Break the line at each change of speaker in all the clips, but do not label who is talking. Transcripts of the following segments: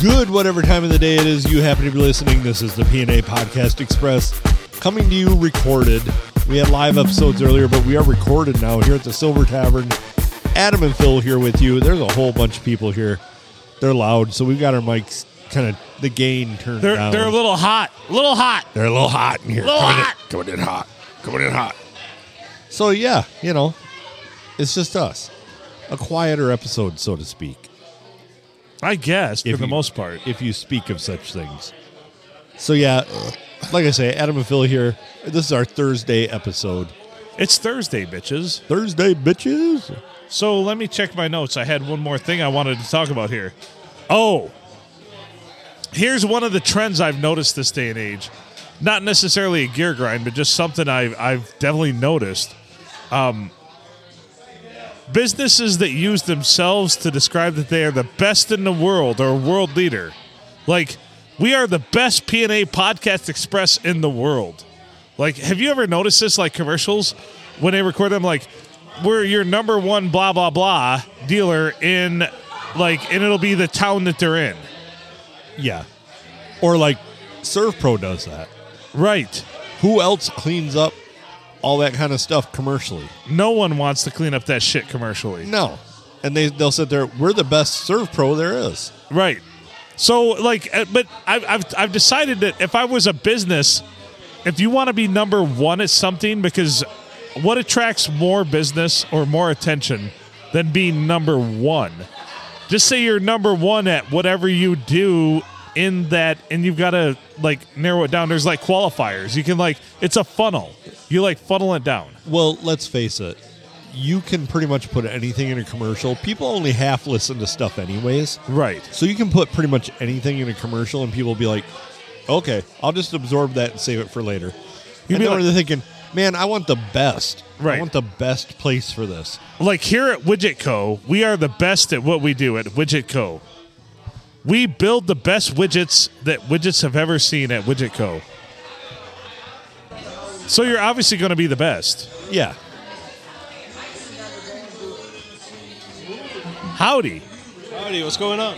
Good, whatever time of the day it is you happen to be listening. This is the PNA Podcast Express coming to you recorded. We had live episodes earlier, but we are recorded now here at the Silver Tavern. Adam and Phil here with you. There's a whole bunch of people here. They're loud, so we've got our mics kind of the gain turned
They're,
down.
they're a little hot. A little hot.
They're a little hot in here.
Little
coming
hot.
In, coming in hot. Coming in hot. So yeah, you know, it's just us. A quieter episode, so to speak.
I guess, for
If
the
you-
most part.
if you speak of such things. So yeah, like I say, Adam and Phil here. This is our Thursday episode.
It's Thursday, bitches.
Thursday, bitches.
So let me check my notes. I had one more thing I wanted to talk about here. Oh, here's one of the trends I've noticed this day and age. Not necessarily a gear grind, but just something I've, I've definitely noticed. Um, businesses that use themselves to describe that they are the best in the world or a world leader. Like, we are the best PNA Podcast Express in the world. Like, have you ever noticed this? Like commercials when they record them, like we're your number one blah blah blah dealer in, like, and it'll be the town that they're in.
Yeah. Or like Surf Pro does that.
Right.
Who else cleans up all that kind of stuff commercially?
No one wants to clean up that shit commercially.
No. And they they'll sit there. We're the best Surf Pro there is.
Right. So like, uh, but I've I've, I've decided that if I was a business, if you want to be number one at something, because what attracts more business or more attention than being number one? Just say you're number one at whatever you do in that, and you've got to like narrow it down. There's like qualifiers. You can like it's a funnel. You like funnel it down.
Well, let's face it. You can pretty much put anything in a commercial. People only half listen to stuff anyways.
Right.
So you can put pretty much anything in a commercial, and people will be like, "Okay, I'll just absorb that and save it for later." You'd
You'd be
be
like-
they're thinking, "Man, I want the best. I
Right.
want the best place for this."
like here at Widget Co, we are the best at what we do at Widget Co. We build the best widgets that widgets have ever seen at Widget Co. So you're obviously going to be the best.
Yeah,
Howdy.
Howdy, what's going on?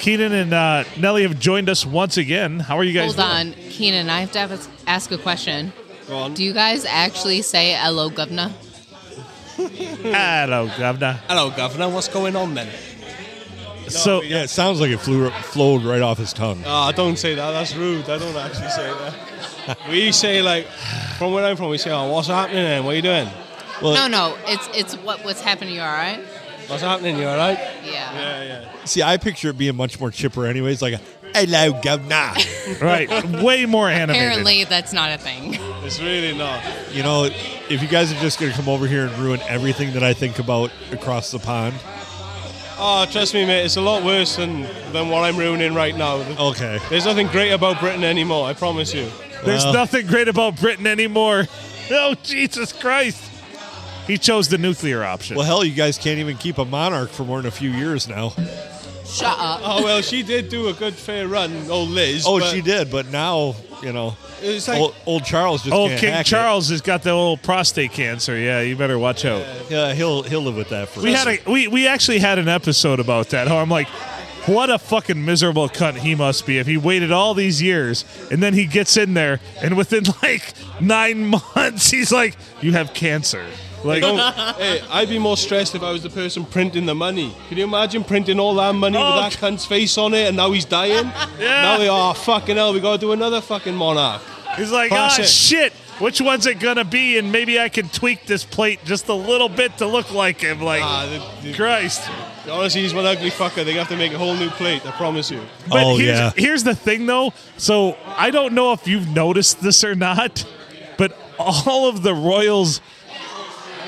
Keenan and uh, Nelly have joined us once again. How are you guys?
Hold
doing?
on, Keenan. I have to have a, ask a question.
Go on.
Do you guys actually say "hello, governor"?
Hello, Governor.
Hello, Governor, what's going on then?
so
yeah. It sounds like it flew flowed right off his tongue.
Ah, don't say that, that's rude. I don't actually say that. we say, like, from where I'm from, we say, oh, what's happening then? What are you doing?
Well,
No, no. It's it's what what's happening. You all right?
What's happening? You alright?
Yeah.
Yeah,
see, I picture it being much more chipper, anyways. Like, "Hello, governor."
right, way more animated.
Apparently, that's not a thing.
yeah. It's really not.
you know, if you guys are just gonna come over here and ruin everything that I think about across the pond,
Oh, trust me, mate, it's a lot worse than, than what I'm ruining right now.
okay.
There's nothing great about Britain anymore, I promise you.
There's
Well.
nothing great about Britain anymore. Oh Jesus Christ! He chose the nuclear option.
Well, hell, you guys can't even keep a monarch for more than a few years now.
Shut up.
Oh, well, she did do a good fair run, old Liz.
Oh,
but
she did, but now you know,
It's like-
old, old Charles just
Oh,
can't
King
hack it.
Charles has got the old prostate cancer. Yeah, you better watch out.
Yeah, he'll he'll live with that for.
We had a we, we actually had an episode about that. How I'm like, what a fucking miserable cunt he must be if he waited all these years and then he gets in there and within like nine months he's like, you have cancer. Like,
Don't-
oh,
hey, I'd be more stressed if I was the person printing the money. Can you imagine printing all that money
Oh,
with that cunt's face on it and now he's dying?
Yeah.
Now they are, fucking hell, we gotta do another fucking monarch.
he's like, ah,
Pass it.
shit. Which one's it gonna be? And maybe I can tweak this plate just a little bit to look like him. Like,
Ah, the, the,
Christ.
honestly, he's one ugly fucker. They have to make a whole new plate, I promise you.
But
Oh,
here's,
yeah.
here's the thing, though. So I don't know if you've noticed this or not, but all of the Royals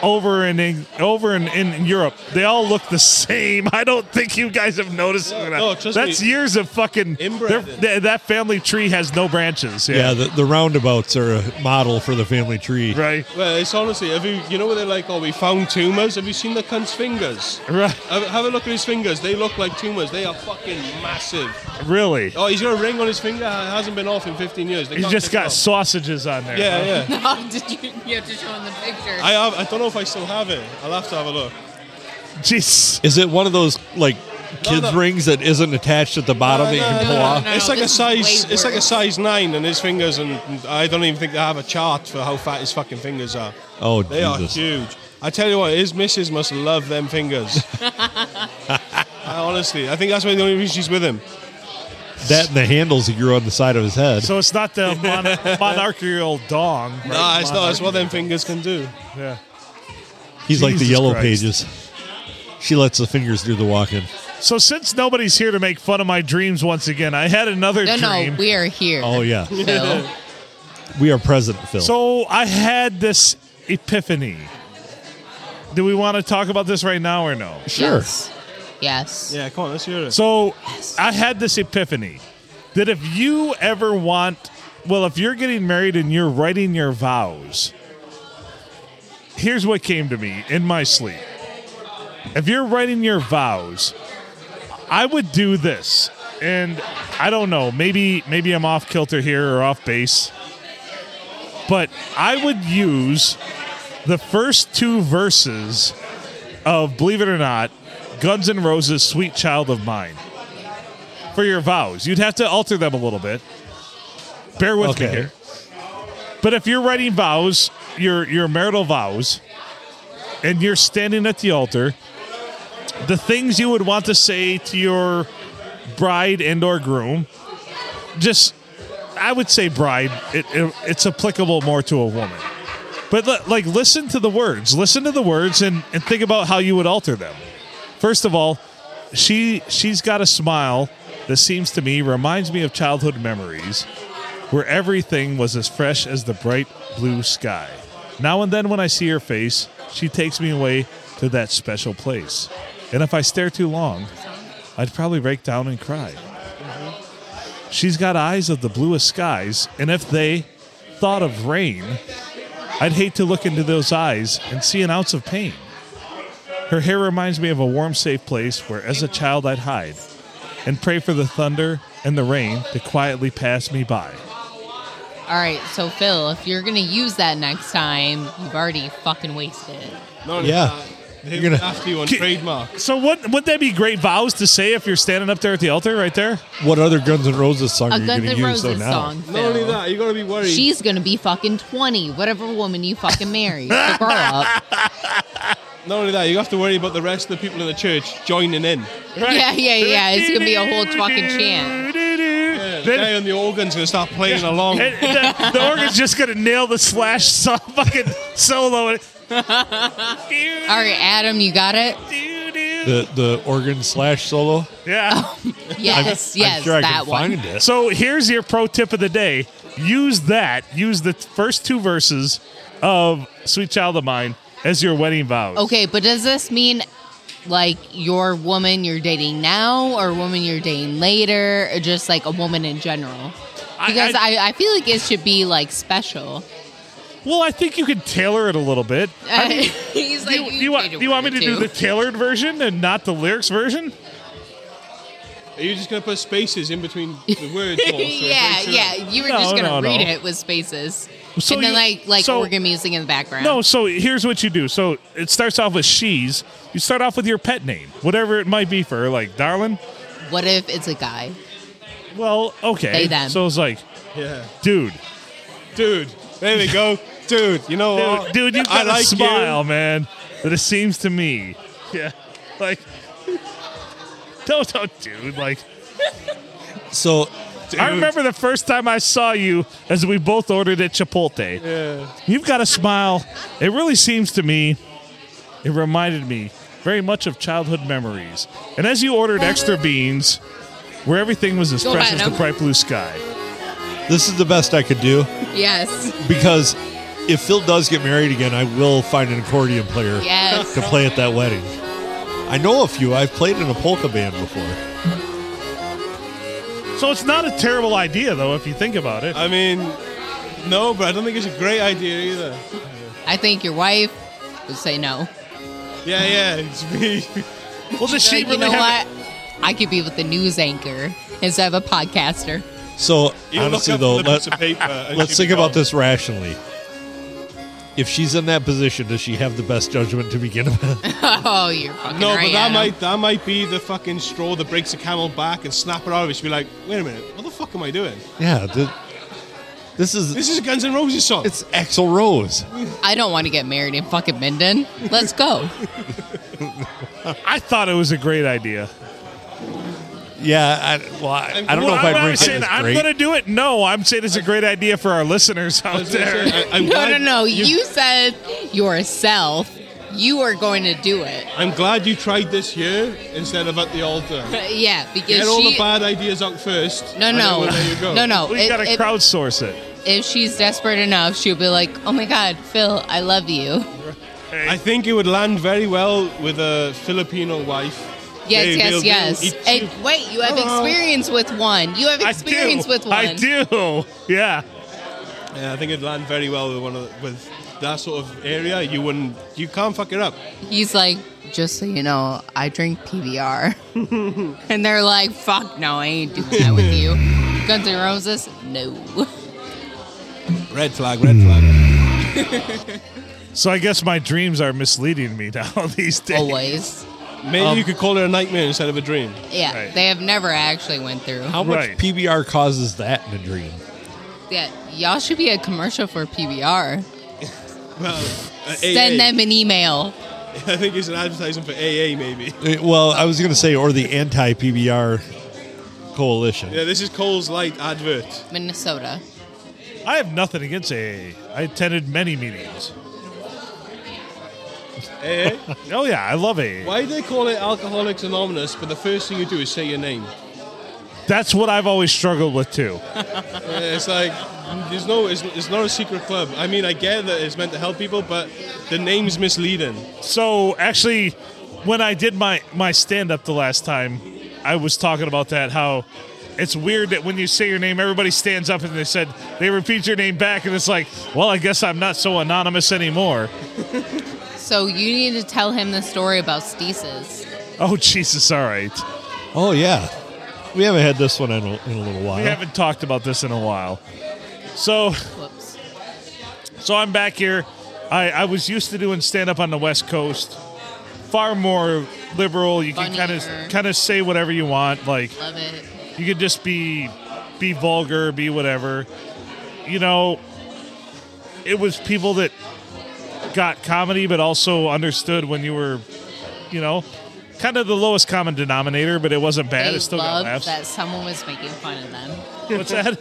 over in Eng- over in, in Europe, they all look the same. I don't think you guys have noticed. it or not.
no, trust
That's
me.
years of fucking.
Inbred.
they're- th- That family tree has no branches.
yeah,
Yeah.
the, the roundabouts are a model for the family tree.
Right.
Well, it's honestly, have you, you know what they're like? Oh, we found tumours. Have you seen the cunt's fingers?
Right.
Have, have a look at his fingers. They look like tumours. They are fucking massive.
Really.
Oh, he's got a ring on his finger. It hasn't been off in 15 years. They
He's
can't
just
take it
got
off.
sausages on there.
Yeah,
huh?
yeah.
No, did you? You have to show him the picture.
I have. I don't know if I still have it. I'll have to have a look.
Jeez.
Is it one of those like kids rings that isn't attached at the bottom that you can pull
no,
off.
no,
it's like a
this is way
size. It's like a
worse.
size nine, and his fingers, and and I don't even think they have a chart for how fat his fucking fingers are.
Oh,
They are
Jesus.
huge. I tell you what, his missus must love them fingers. I, honestly, I think that's why the only reason she's with him.
That and the handles that grew on the side of his head.
So it's not the mon- monarchical dong. Right?
Nah, it's not. It's what them
Monarchical.
fingers can do.
Yeah.
He's like the
Jesus
yellow
Christ.
pages. She lets the fingers do the walking.
So since nobody's here to make fun of my dreams once again, I had another
No,
dream.
no, we are here.
Oh, yeah.
Phil.
We are present, Phil.
so I had this epiphany. Do we want to talk about this right now or no?
sure.
Yes. Yes.
Yeah, come on, let's hear it.
So I had this epiphany that if you ever want, well, if you're getting married and you're writing your vows, here's what came to me in my sleep. If you're writing your vows, I would do this. And I don't know, maybe maybe I'm off kilter here or off base. But I would use the first two verses of Believe It or Not, Guns N' Roses' Sweet Child of Mine for your vows. You'd have to alter them a little bit. Bear with me
Okay.
here. But if you're writing vows, your your marital vows, and you're standing at the altar, the things you would want to say to your bride and or groom, just I would say bride. It, it, it's applicable more to a woman. But li- like, listen to the words. Listen to the words, and, and think about how you would alter them. First of all, she she's got a smile that seems to me reminds me of childhood memories, where everything was as fresh as the bright blue sky. Now and then, when I see her face, she takes me away to that special place. And if I stare too long, I'd probably break down and cry. She's got eyes of the bluest skies, and if they thought of rain, I'd hate to look into those eyes and see an ounce of pain. Her hair reminds me of a warm, safe place where, as a child, I'd hide and pray for the thunder and the rain to quietly pass me by.
All right, so Phil, if you're gonna use that next time, you've already fucking wasted it.
Not only
Yeah.
that, they
You're
would
gonna-
have to on
Ki-
trademark.
So, what would that be great vows to say if you're standing up there at the altar right there?
What other Guns N' Roses song
A
are you going
Guns
to
N'
use though
Roses
now?
song.
Not only
Phil.
that, you gotta be worried.
She's gonna be fucking twenty, whatever woman you fucking marry. So grow up.
Not only that, you have to worry about the rest of the people in the church joining in.
Yeah, yeah, yeah. It's gonna be a whole fucking chant.
Then,
The guy on the organ's gonna start playing along.
and the, the organ's just gonna nail the slash so, fucking solo. All
All
right.
right, Adam, you got it.
The, the organ slash solo?
Yeah.
Yes, yes,
I'm sure I
that
can
one.
find it.
So here's your pro tip of the day. Use that. Use the first two verses of Sweet Child of Mine as your wedding vows.
Okay, but does this mean like your woman you're dating now or a woman you're dating later or just like a woman in general?
I-
Because
I-
I, I, feel like it should be like special.
Well, I think you could tailor it a little bit.
He's
Do you, do you want, do you want me to do the tailored version and not the lyrics version?
Are you just gonna put spaces in between the words? all, so it
yeah,
breaks it
yeah.
up?
You were
No,
just
no,
gonna
no.
read it with spaces,
So
and then
you-
like like
so-
organ music in the background.
No, so here's what you do. So it starts off with she's. You start off with your pet name, whatever it might be for her, like darling.
What if it's a guy?
Well, okay.
They, them.
So it's like,
Yeah.
dude,
Dude, there we go. Dude, you know what?
dude, dude you
I
got
like
a smile, man. That it seems to me. Yeah. Like don't don't dude. Like
So
I remember the first time I saw you as we both ordered at Chipotle. You've got a smile. It really seems to me it reminded me very much of childhood memories. And as you ordered extra beans, where everything was as
Go
fresh
buy
as the
them.
bright blue sky.
this is the best I could do
Yes,
because if Phil does get married again, I will find an accordion player
yes.
to play at that wedding. I know a few. I've played in a polka band before.
So it's not a terrible idea though if you think about it.
I mean, no, but I don't think it's a great idea either.
I think your wife would say no.
Yeah, yeah, it's me.
Well does she
like,
really
you know
have
what? I could be with the news anchor instead of a podcaster.
So
You look
honestly,
up
though,
the piece
let,
of paper and
let's
she'd
think
be
about
gone.
this rationally. if she's in that position, does she have the best judgment to begin with?
Oh, you're fucking
No,
right,
but that
Adam.
might that might be the fucking straw that breaks a camel back and snap it out of it. She'd be like, wait a minute, what the fuck am I doing?
yeah, th- this is
This is a Guns N' Roses song.
it's Axl Rose.
I don't want to get married in fucking Minden. Let's go.
I thought it was a great idea.
Yeah, I, well, I, I don't know if I'd
am
bring it
saying
as
I'm
great.
going to do it. No, I'm saying it's a great idea for our listeners out there.
I, am
No,
glad,
no, no. You said yourself you are going to do it.
I'm glad you tried this here instead of at the altar.
Yeah, because
Get all
she.
the bad ideas out first.
no,
and then
no,
we'll let you go.
no, no.
We
If-
got to
if-
crowdsource it.
if she's desperate enough, she'll be like, "Oh my God, Phil, I love you."
I think it would land very well with a Filipino wife.
Yes,
They- they'll-
yes,
they'll
yes.
eat you.
And wait, you have
Hello.
experience with one. You have
I
experience
do.
with one.
I do. Yeah.
Yeah, I think it'd land very well with one of the, with that sort of area. You wouldn't, you can't fuck it up.
He's like, just so you know, I drink PBR. and they're like, fuck no, I ain't doing that with you. Guns N' Roses, no.
Red flag, red flag.
So I guess my dreams are misleading me now these
Oh,
days.
Always.
Maybe you could call it a nightmare instead of a dream.
Yeah,
Right.
they have never actually went through.
How much
Right.
PBR causes that in a dream?
Yeah, y'all should be a commercial for PBR.
Well, uh,
Send
AA.
them an email.
I think it's an advertisement for AA, maybe.
Uh, Well, I was going to say, or the anti PBR coalition.
Yeah, this is Cole's Light advert.
Minnesota.
I have nothing against AA. I attended many meetings.
AA?
Oh yeah, I love AA.
Why do they call it Alcoholics Anonymous, but the first thing you do is say your name?
That's what I've always struggled with too.
Uh, It's like, there's no, it's, it's not a secret club. I mean, I get that it's meant to help people, but the name's misleading.
So actually, when I did my my stand up the last time, I was talking about that how it's weird that when you say your name, everybody stands up and they said they repeat your name back, and it's like, well, I guess I'm not so anonymous anymore.
So you need to tell him the story about Stesis.
Oh Jesus! All right,
Oh, yeah. We haven't had this one in a, in a little while.
we haven't talked about this in a while. So
Whoops.
So I'm back here. I, I was used to doing stand up on the West Coast, far more liberal. You can kind
Funnier.
of kind of say whatever you want. Like
Love it.
you could just be be vulgar, be whatever. You know, it was people that got comedy, but also understood when you were, you know, kind of the lowest common denominator. But it wasn't bad.
they
it still got
loved
laughs.
that someone was making fun of them.
What's that?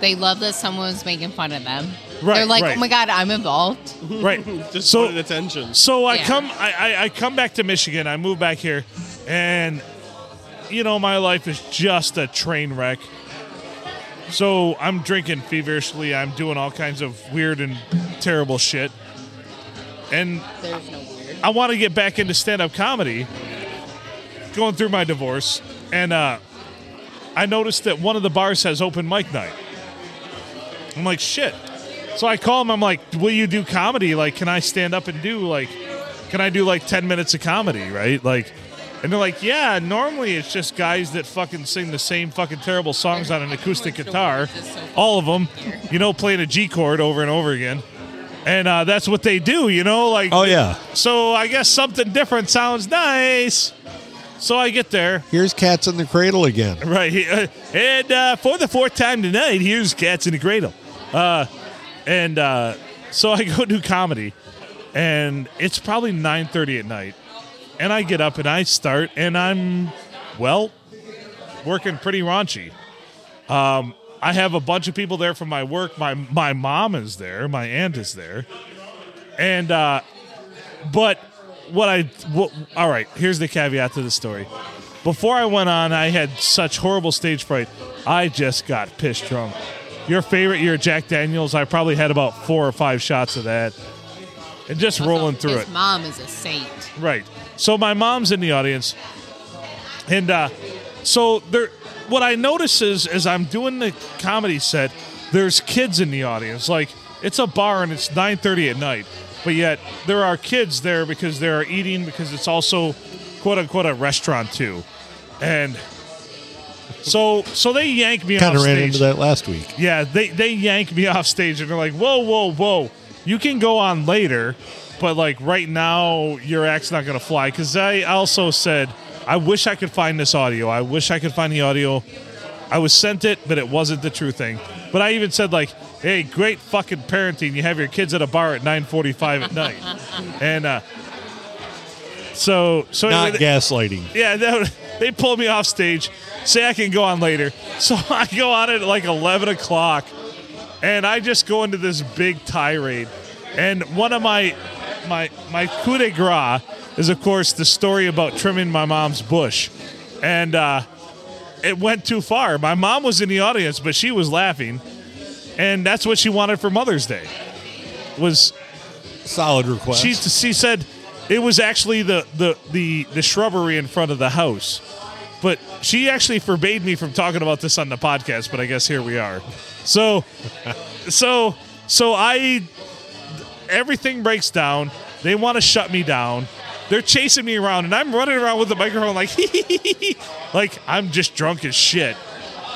They loved that someone was making fun of them.
Right,
They're like,
right.
oh my God, I'm involved.
right.
Just
So-
so, wanted attention.
So I
Yeah.
come, I, I, I come back to Michigan. I move back here, and you know my life is just a train wreck. So I'm drinking feverishly. I'm doing all kinds of weird and terrible shit, and
There's no weird.
I want to get back into stand up comedy. Going through my divorce, and uh, I noticed that one of the bars has open mic night. I'm like, shit. So I call him. I'm like, will you do comedy? Like, can I stand up and do like, can I do like 10 minutes of comedy? Right? Like, and they're like, yeah. Normally it's just guys that fucking sing the same fucking terrible songs on an acoustic guitar, all of them. You know, playing a G chord over and over again. And uh, that's what they do. You know, like
Oh, yeah.
so I guess something different sounds nice. So I get there,
Here's Cats in the Cradle again.
right? he- uh, and uh, for the fourth time tonight, here's Cats in the Cradle. Uh, and uh, so I go do comedy, and it's probably 9.30 at night. And I get up and I start, and I'm, well, working pretty raunchy. Um, I have a bunch of people there from my work. My, my mom is there. My aunt is there. And uh, but what I what, all right, here's the caveat to the story. Before I went on, I had such horrible stage fright. I just got pissed drunk. Your favorite year, Jack Daniels. I probably had about four or five shots of that, and just rolling through
His
it.
mom is a saint.
Right. So my mom's in the audience, and uh, so there. What I notice is, as I'm doing the comedy set, there's kids in the audience. Like it's a bar and it's 9:30 at night, but yet there are kids there because they are eating because it's also, quote unquote, a restaurant too, and so so they yank me
Kind
off
of ran
stage.
into that last week.
Yeah, they they yank me off stage and they're like, "Whoa, whoa, whoa! you can go on later, but like right now, your act's not gonna fly. Because I also said, I wish I could find this audio. I wish I could find the audio. I was sent it, but it wasn't the true thing. But I even said like, "Hey, great fucking parenting. You have your kids at a bar at 9:45 at night," and uh, so so
Not
anyway,
gaslighting.
yeah, that, they pulled me off stage. Say I can go on later. So I go on at like 11 o'clock and I just go into this big tirade. And one of my my my coup de grace is of course the story about trimming my mom's bush. And uh, it went too far. My mom was in the audience, but she was laughing. And that's what she wanted for Mother's Day. Was
Solid request.
she she said it was actually the the the the shrubbery in front of the house. But she actually forbade me from talking about this on the podcast, but I guess here we are. So so so I everything breaks down. They want to shut me down. They're chasing me around and I'm running around with the microphone like like I'm just drunk as shit.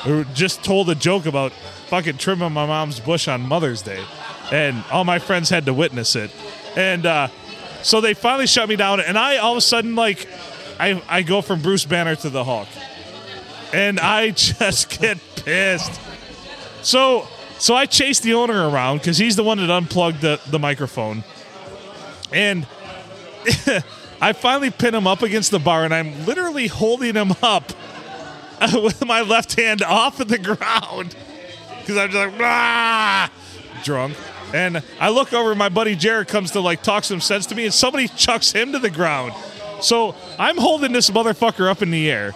Or just told a joke about fucking trimming my mom's bush on Mother's Day. And all my friends had to witness it. And uh, so they finally shut me down and I all of a sudden like I, I go from Bruce Banner to the Hulk. And I just get pissed. So so I chased the owner around because he's the one that unplugged the, the microphone. And I finally pin him up against the bar and I'm literally holding him up with my left hand off of the ground. Because I'm just like, ah, drunk. And I look over, my buddy Jared comes to like talk some sense to me, and somebody chucks him to the ground. So I'm holding this motherfucker up in the air.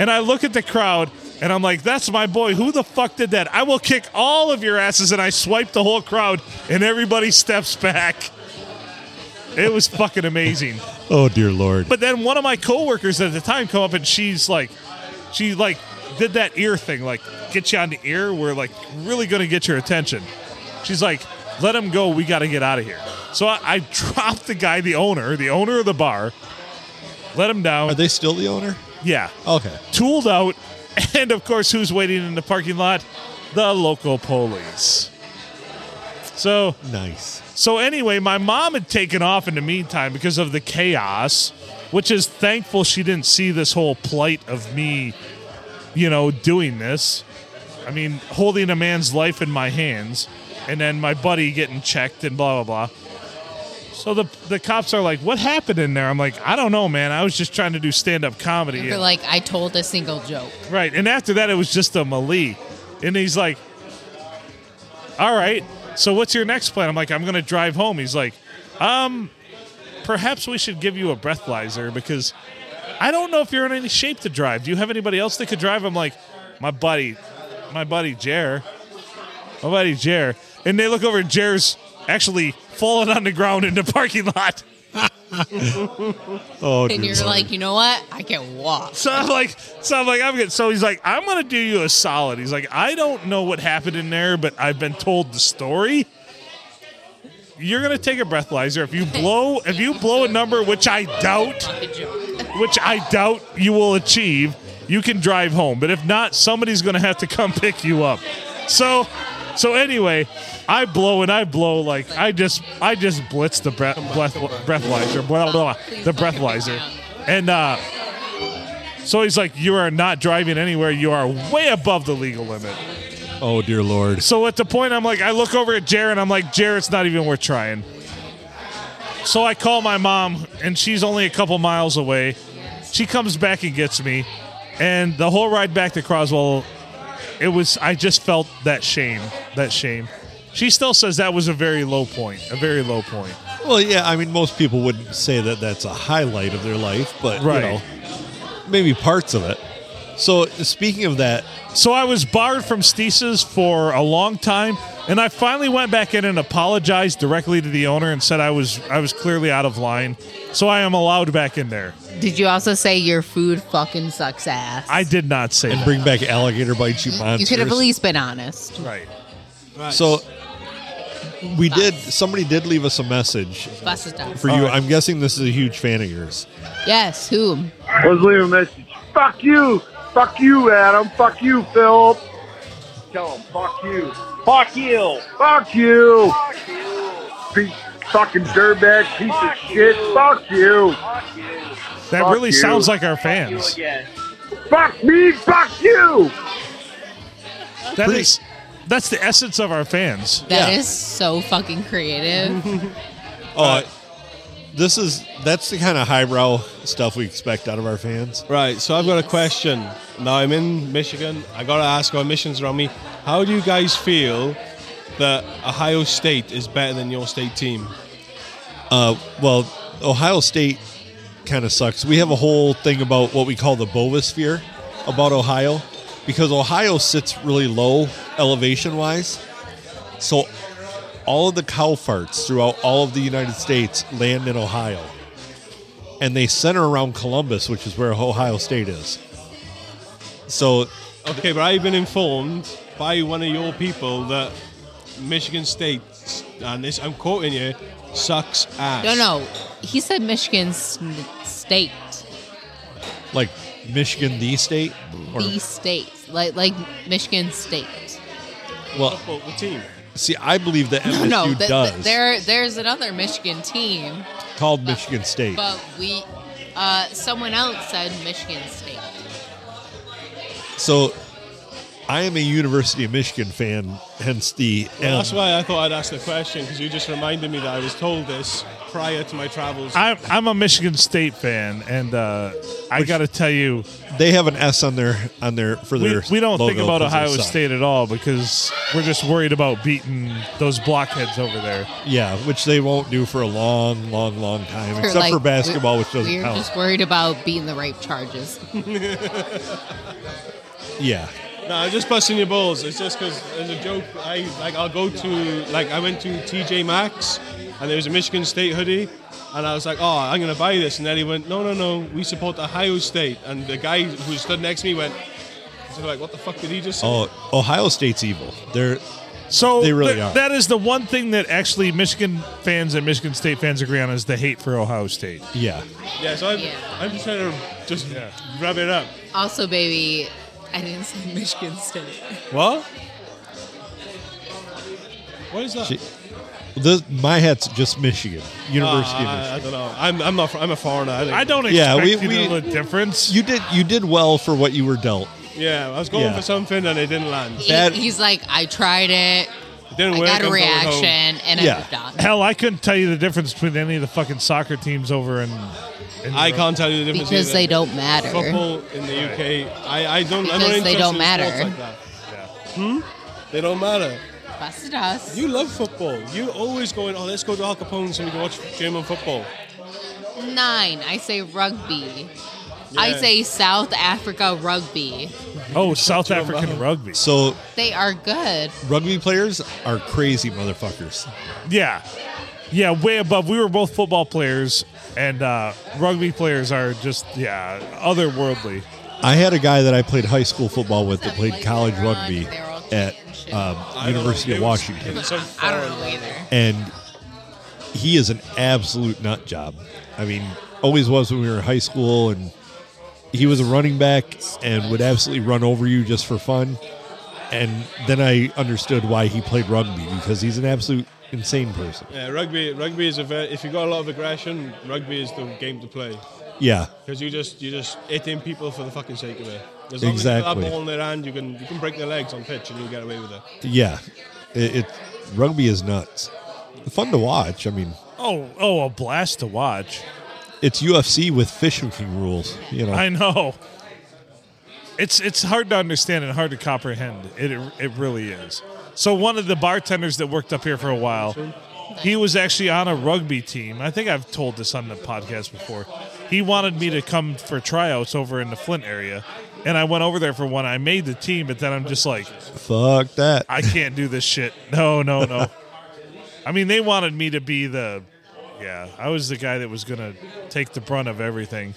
And I look at the crowd and I'm like, that's my boy. Who the fuck did that? I will kick all of your asses. And I swipe the whole crowd, and everybody steps back. It was fucking amazing.
oh dear lord.
But then one of my coworkers at the time come up and she's like, she like did that ear thing, like get you on the ear. We're like really gonna get your attention. She's like, let him go. We got to get out of here. So I, I dropped the guy, the owner, the owner of the bar, let him
Are
down.
they still the owner?
Yeah,
Okay.
tooled out, and of course, who's waiting in the parking lot? The local police. So
Nice.
so anyway, my mom had taken off in the meantime because of the chaos, which is thankful she didn't see this whole plight of me, you know, doing this. I mean, holding a man's life in my hands, and then my buddy getting checked and blah blah blah. So the the cops are like, "What happened in there?" I'm like, "I don't know, man. I was just trying to do stand up comedy."
You're like, I told a single joke.
Right. And after that, it was just a Mali. And he's like, All right. So what's your next plan? I'm like, I'm going to drive home. He's like, Um, perhaps we should give you a breathalyzer because I don't know if you're in any shape to drive. Do you have anybody else that could drive? I'm like, My buddy, my buddy Jer, my buddy Jer. And they look over and Jer's actually fallen on the ground in the parking lot.
Oh
And
dear
you're
lord.
like, you know what? I can walk.
So I'm like, so I'm like, I'm good. So he's like, I'm gonna do you a solid. He's like, I don't know what happened in there, but I've been told the story. You're gonna take a breathalyzer. If you blow, if you blow a number, which I doubt,
Fucking joke.
which I doubt you will achieve, you can drive home. But if not, somebody's gonna have to come pick you up. So, so anyway, I blow and I blow like I just I just blitz the breath, breath breathalyzer, blah, blah, blah, the breathalyzer, and uh. So he's like, You are not driving anywhere. You are way above the legal limit.
oh dear lord.
So at the point, I'm like, I look over at Jared and I'm like, Jared, it's not even worth trying. So I call my mom, and she's only a couple miles away. She comes back and gets me. And the whole ride back to Croswell, it was, I just felt that shame, that shame. She still says that was a very low point, a very low point.
Well, yeah. I mean, most people wouldn't say that that's a highlight of their life, but
Right.
you know, maybe parts of it. So speaking of that,
So I was barred from Stesis for a long time, and I finally went back in and apologized directly to the owner and said I was I was clearly out of line. So I am allowed back in there.
Did you also say your food fucking sucks ass?
I did not say
and
that.
bring back alligator bites, you monsters.
You could have at least been honest.
Right.
So we did. Somebody did leave us a message
Bust it down.
for you. I'm guessing this is a huge fan of yours.
Yes, who?
was leaving a message. Fuck you. Fuck you, Adam. Fuck you, Phil. Tell him, fuck you. Fuck you. Fuck you. Fuck you. piece, fucking dirtbag piece of shit. Fuck you.
That
Fuck
really
you.
sounds like our fans.
again.
Fuck me. Fuck you.
That
Pretty-
is, that's the essence of our fans.
That is
Yeah.
so fucking creative.
Uh, this is that's the kind of highbrow stuff we expect out of our fans.
Right, so I've got a question. Now I'm in Michigan. I gotta ask our missions around me. How do you guys feel that Ohio State is better than your state team?
Uh, well, Ohio State kind of sucks. We have a whole thing about what we call the bovisphere about Ohio because Ohio sits really low elevation wise. So all of the cow farts throughout all of the United States land in Ohio. And they center around Columbus, which is where Ohio State is. So
Okay, but I've been informed by one of your people that Michigan State, and this I'm quoting you, sucks ass.
no, no. He said Michigan s- State.
like Michigan the state or
The state. Like, like Michigan State.
well
Football team.
see I believe that MSU
No, th- th-
does
there, there's another Michigan team,
called Michigan State.
but we, uh, someone else said Michigan State.
So I am a University of Michigan fan, hence the
Well,
M.
that's why I thought I'd ask the question because you just reminded me that I was told this prior to my travels.
I'm, I'm a Michigan State fan, and uh, I got to tell you,
They have an S on their on their for
we,
their
we don't think
logo
about
'cause they
Ohio
suck.
State at all because we're just worried about beating those blockheads over there.
Yeah, which they won't do for a long, long, long time, except
like,
for basketball,
we-
which doesn't
We're
count.
just worried about beating the rape charges.
Yeah,
No, I'm just busting your balls. It's just because as a joke, I like I'll go to like I went to TJ Maxx and there was a Michigan State hoodie, and I was like, oh, I'm gonna buy this, and then he went, no, no, no, we support Ohio State, and the guy who stood next to me went, so like, what the fuck did he just say?
oh, Ohio State's evil. They're
So
They really
th-
are.
that is the one thing that actually Michigan fans and Michigan State fans agree on is the hate for Ohio State.
yeah,
yeah, so I'm,
Yeah.
I'm just trying to just
Yeah.
wrap it up.
Also, baby, I didn't say Michigan State.
What? What is that?
She- the, my hat's just Michigan
Ah,
University
Uh,
of
I,
Michigan.
I don't know. I'm I'm not. fr- I'm a foreigner. I, think.
I don't expect
Yeah, we-
you to
we-
know the difference.
You did you did well for what you were dealt.
Yeah, I was going
Yeah.
for something and it didn't land.
He-
That-
he's like, I tried it,
It didn't
I
work.
got
I'm
a
going home."
reaction, and
Yeah.
I moved on.
Hell, I couldn't tell you the difference between any of the fucking soccer teams over in. in
I
Europe.
can't tell you the difference
Because
either.
they don't matter.
Football in the UK, I, I don't. I'm not
Because they
interested
don't
in
matter.
sports Like that. Hmm? They don't matter.
Busted us.
You love football. You always going. Oh, let's go to Al Capone's and we can watch German football.
Nine. I say rugby. I
Yeah.
say South Africa rugby.
Oh, South
That's what I'm
African
about.
rugby.
So
They are good.
rugby players are crazy motherfuckers.
Yeah. Yeah, way above. We were both football players, and uh, rugby players are just, yeah, otherworldly.
I had a guy that I played high school football with that played
Like
college
LeBron,
rugby
they're all
at
and shit.
um,
I don't know,
University of
it was-
Washington,
it was some
I don't
foreign-
know either.
and he is an absolute nut job. I mean, always was when we were in high school, and he was a running back and would absolutely run over you just for fun. And then I understood why he played rugby because he's an absolute insane person.
Yeah, rugby. Rugby is a very. If you got a lot of aggression, rugby is the game to play
Yeah,
because you just you just hitting people for the fucking sake of it. As long As you
Exactly.
got that ball in their hand, you can you can break their legs on pitch and you get away with it.
yeah. It, it rugby is nuts. Fun to watch. I mean,
Oh, oh, a blast to watch.
it's UFC with fish hooking rules. You know,
I know. It's it's hard to understand and hard to comprehend. It it really is. So one of the bartenders that worked up here for a while, he was actually on a rugby team. I think I've told this on the podcast before. He wanted me to come for tryouts over in the Flint area, and I went over there for one. I made the team, but then I'm just like,
fuck that.
I can't do this shit. No, no, no. I mean, they wanted me to be the, yeah, I was the guy that was gonna take the brunt of everything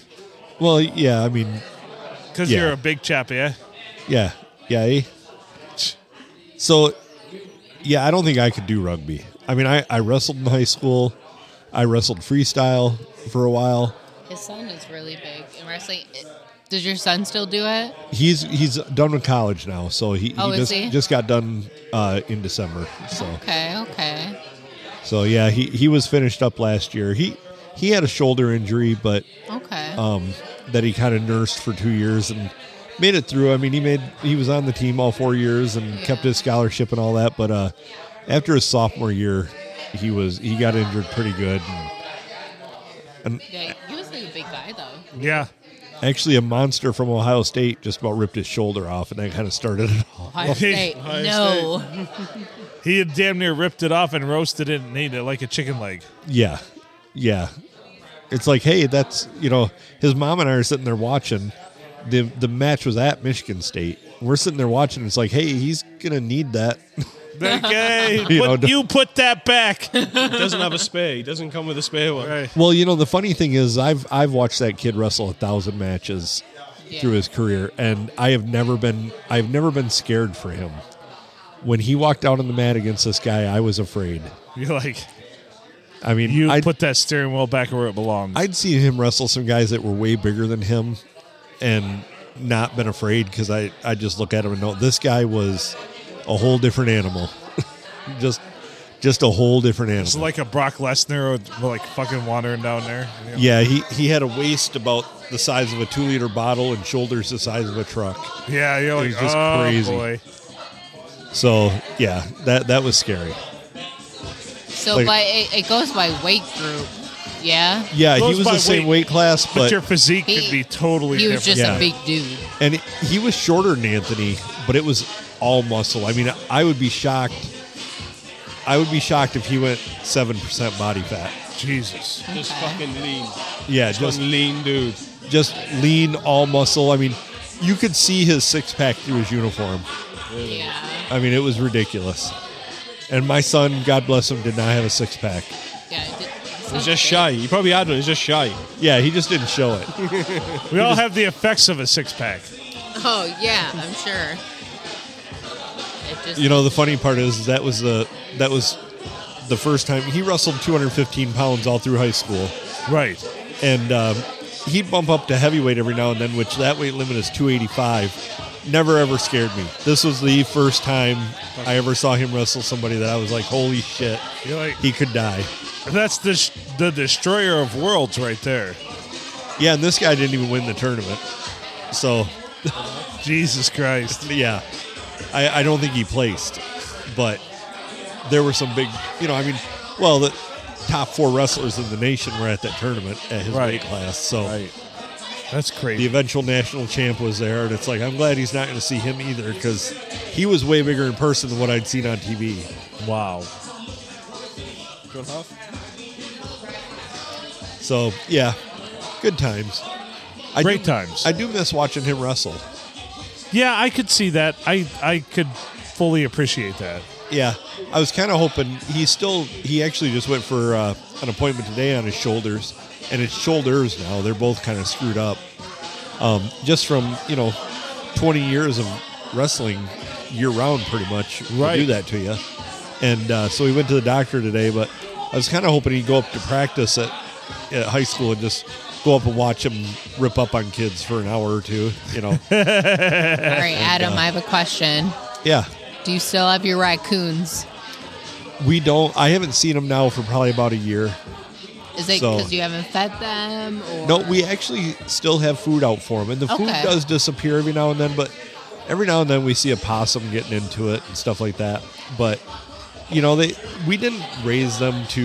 Well, yeah, I mean,
because
Yeah.
you're a big chap, yeah.
yeah, yeah. eh? So, yeah, I don't think I could do rugby. I mean, I, I wrestled in high school. I wrestled freestyle for a while.
His son is really big in wrestling. It- Does your son still do it?
He's he's done with college now, so he,
Oh,
he
is
just
he?
just got done uh, in December. So
Okay, okay.
So yeah, he he was finished up last year. He he had a shoulder injury, but
Okay.
um, that he kind of nursed for two years and made it through. I mean, he made he was on the team all four years and kept his scholarship and all that. But uh, after his sophomore year, he was he got injured pretty good. And
yeah, he was like a big guy though.
Yeah.
actually, a monster from Ohio State just about ripped his shoulder off, and that kind of started it all.
Ohio State.
Ohio
no.
He had damn near ripped it off and roasted it and ate it like a chicken leg.
Yeah, yeah. It's like, hey, that's you know, his mom and I are sitting there watching. the The match was at Michigan State. We're sitting there watching. It's like, hey, he's gonna need that.
Like, hey,
You know,
put-
don't-
you put that back.
He doesn't have a spare. He doesn't come with a spare one.
Right.
Well, you know, the funny thing is, I've I've watched that kid wrestle a thousand matches
Yeah.
through his career, and I have never been I've never been scared for him. When he walked out on the mat against this guy, I was afraid.
You're like,
I mean,
you
I'd,
put that steering wheel back where it belongs.
I'd seen him wrestle some guys that were way bigger than him, and not been afraid because I I just look at him and know this guy was a whole different animal, just just a whole different animal.
it's like a Brock Lesnar with, like fucking wandering down there. you know?
yeah, he he had a waist about the size of a two liter bottle and shoulders the size of a truck.
Yeah, you're like,
was just
oh
crazy."
boy.
So yeah, that that was scary.
So,
Like-
but it, it goes by weight group. Yeah.
Yeah, he
Goes
was
by
the same
weight,
weight class,
But
but,
your physique
He-
could be totally
He was
different.
just
Yeah.
a big dude.
and he was shorter than Anthony, but it was all muscle. I mean, I would be shocked. I would be shocked if he went seven percent body fat.
Jesus.
Just
Okay.
fucking lean.
Yeah,
Just
just
lean dude.
just lean, all muscle. I mean, you could see his six pack through his uniform.
Yeah.
I mean, it was ridiculous. And my son, God bless him, did not have a six pack.
Yeah. It,
He was just shy. He probably had one. He's just shy.
Yeah, he just didn't show it.
We all have the effects of a six pack.
Oh yeah, I'm sure. It just,
you know the funny part is that was the that was the first time he wrestled 215 pounds all through high school
Right.
and um, he'd bump up to heavyweight every now and then which that weight limit is 285 never ever scared me this was the first time i ever saw him wrestle somebody that i was like holy shit
You're like,
he could die
that's the, sh- the destroyer of worlds right there.
yeah and this guy didn't even win the tournament so
Jesus Christ.
yeah i, I don't think he placed but there were some big you know i mean well the top four wrestlers in the nation were at that tournament at his
Right.
weight class so
That's
the
crazy.
eventual national champ was there and it's like i'm glad he's not going to see him either because he was way bigger in person than what i'd seen on tv
Wow.
so yeah good times I
Great
do,
times.
i do miss watching him wrestle
Yeah, I could see that. I I could fully appreciate that.
yeah i was kind of hoping he still he actually just went for uh, an appointment today on his shoulders and it's shoulders now they're both kind of screwed up um, just from you know 20 years of wrestling year round pretty much will
Right.
do that to you and uh, so he went to the doctor today but i was kind of hoping he'd go up to practice at, at high school and just go up and watch him rip up on kids for an hour or two you know
all right, Adam, I have a question.
yeah
Do you still have your raccoons?
we don't i haven't seen him now for probably about a year
Is it
So-
because you haven't fed them? Or?
No, we actually still have food out for them, and the food
Okay.
does disappear every now and then. But every now and then we see a possum getting into it and stuff like that. But you know, they we didn't raise them to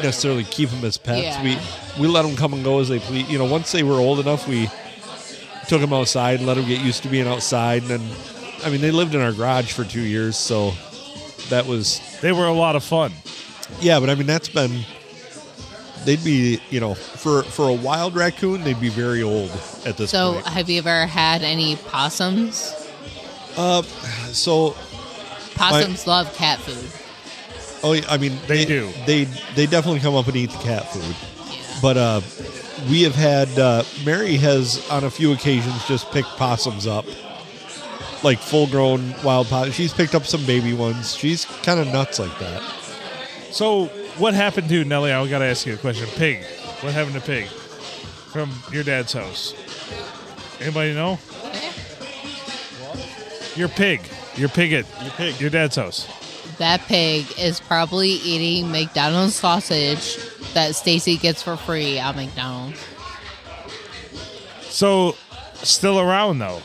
necessarily keep them as pets.
Yeah.
We we let them come and go as they please. You know, once they were old enough, we took them outside and let them get used to being outside. And then, I mean, they lived in our garage for two years, so that was
They were a lot of fun.
yeah, but I mean that's been they'd be you know for for a wild raccoon they'd be very old at this
So,
point.
have you ever had any possums?
So
Possums love cat food.
oh, yeah, I mean
They do.
They they definitely come up and eat the cat food.
Yeah.
But uh, we have had uh, Mary has on a few occasions just picked possums up, like full grown wild possums. She's picked up some baby ones. She's kind of nuts like that.
So what happened to Nelly? I gotta ask you a question. Pig. What happened to Pig from your dad's house? Anybody know? Your pig. Your pig at
Your pig.
your dad's house.
That pig is probably eating McDonald's sausage that Stacy gets for free at McDonald's.
So, still around though.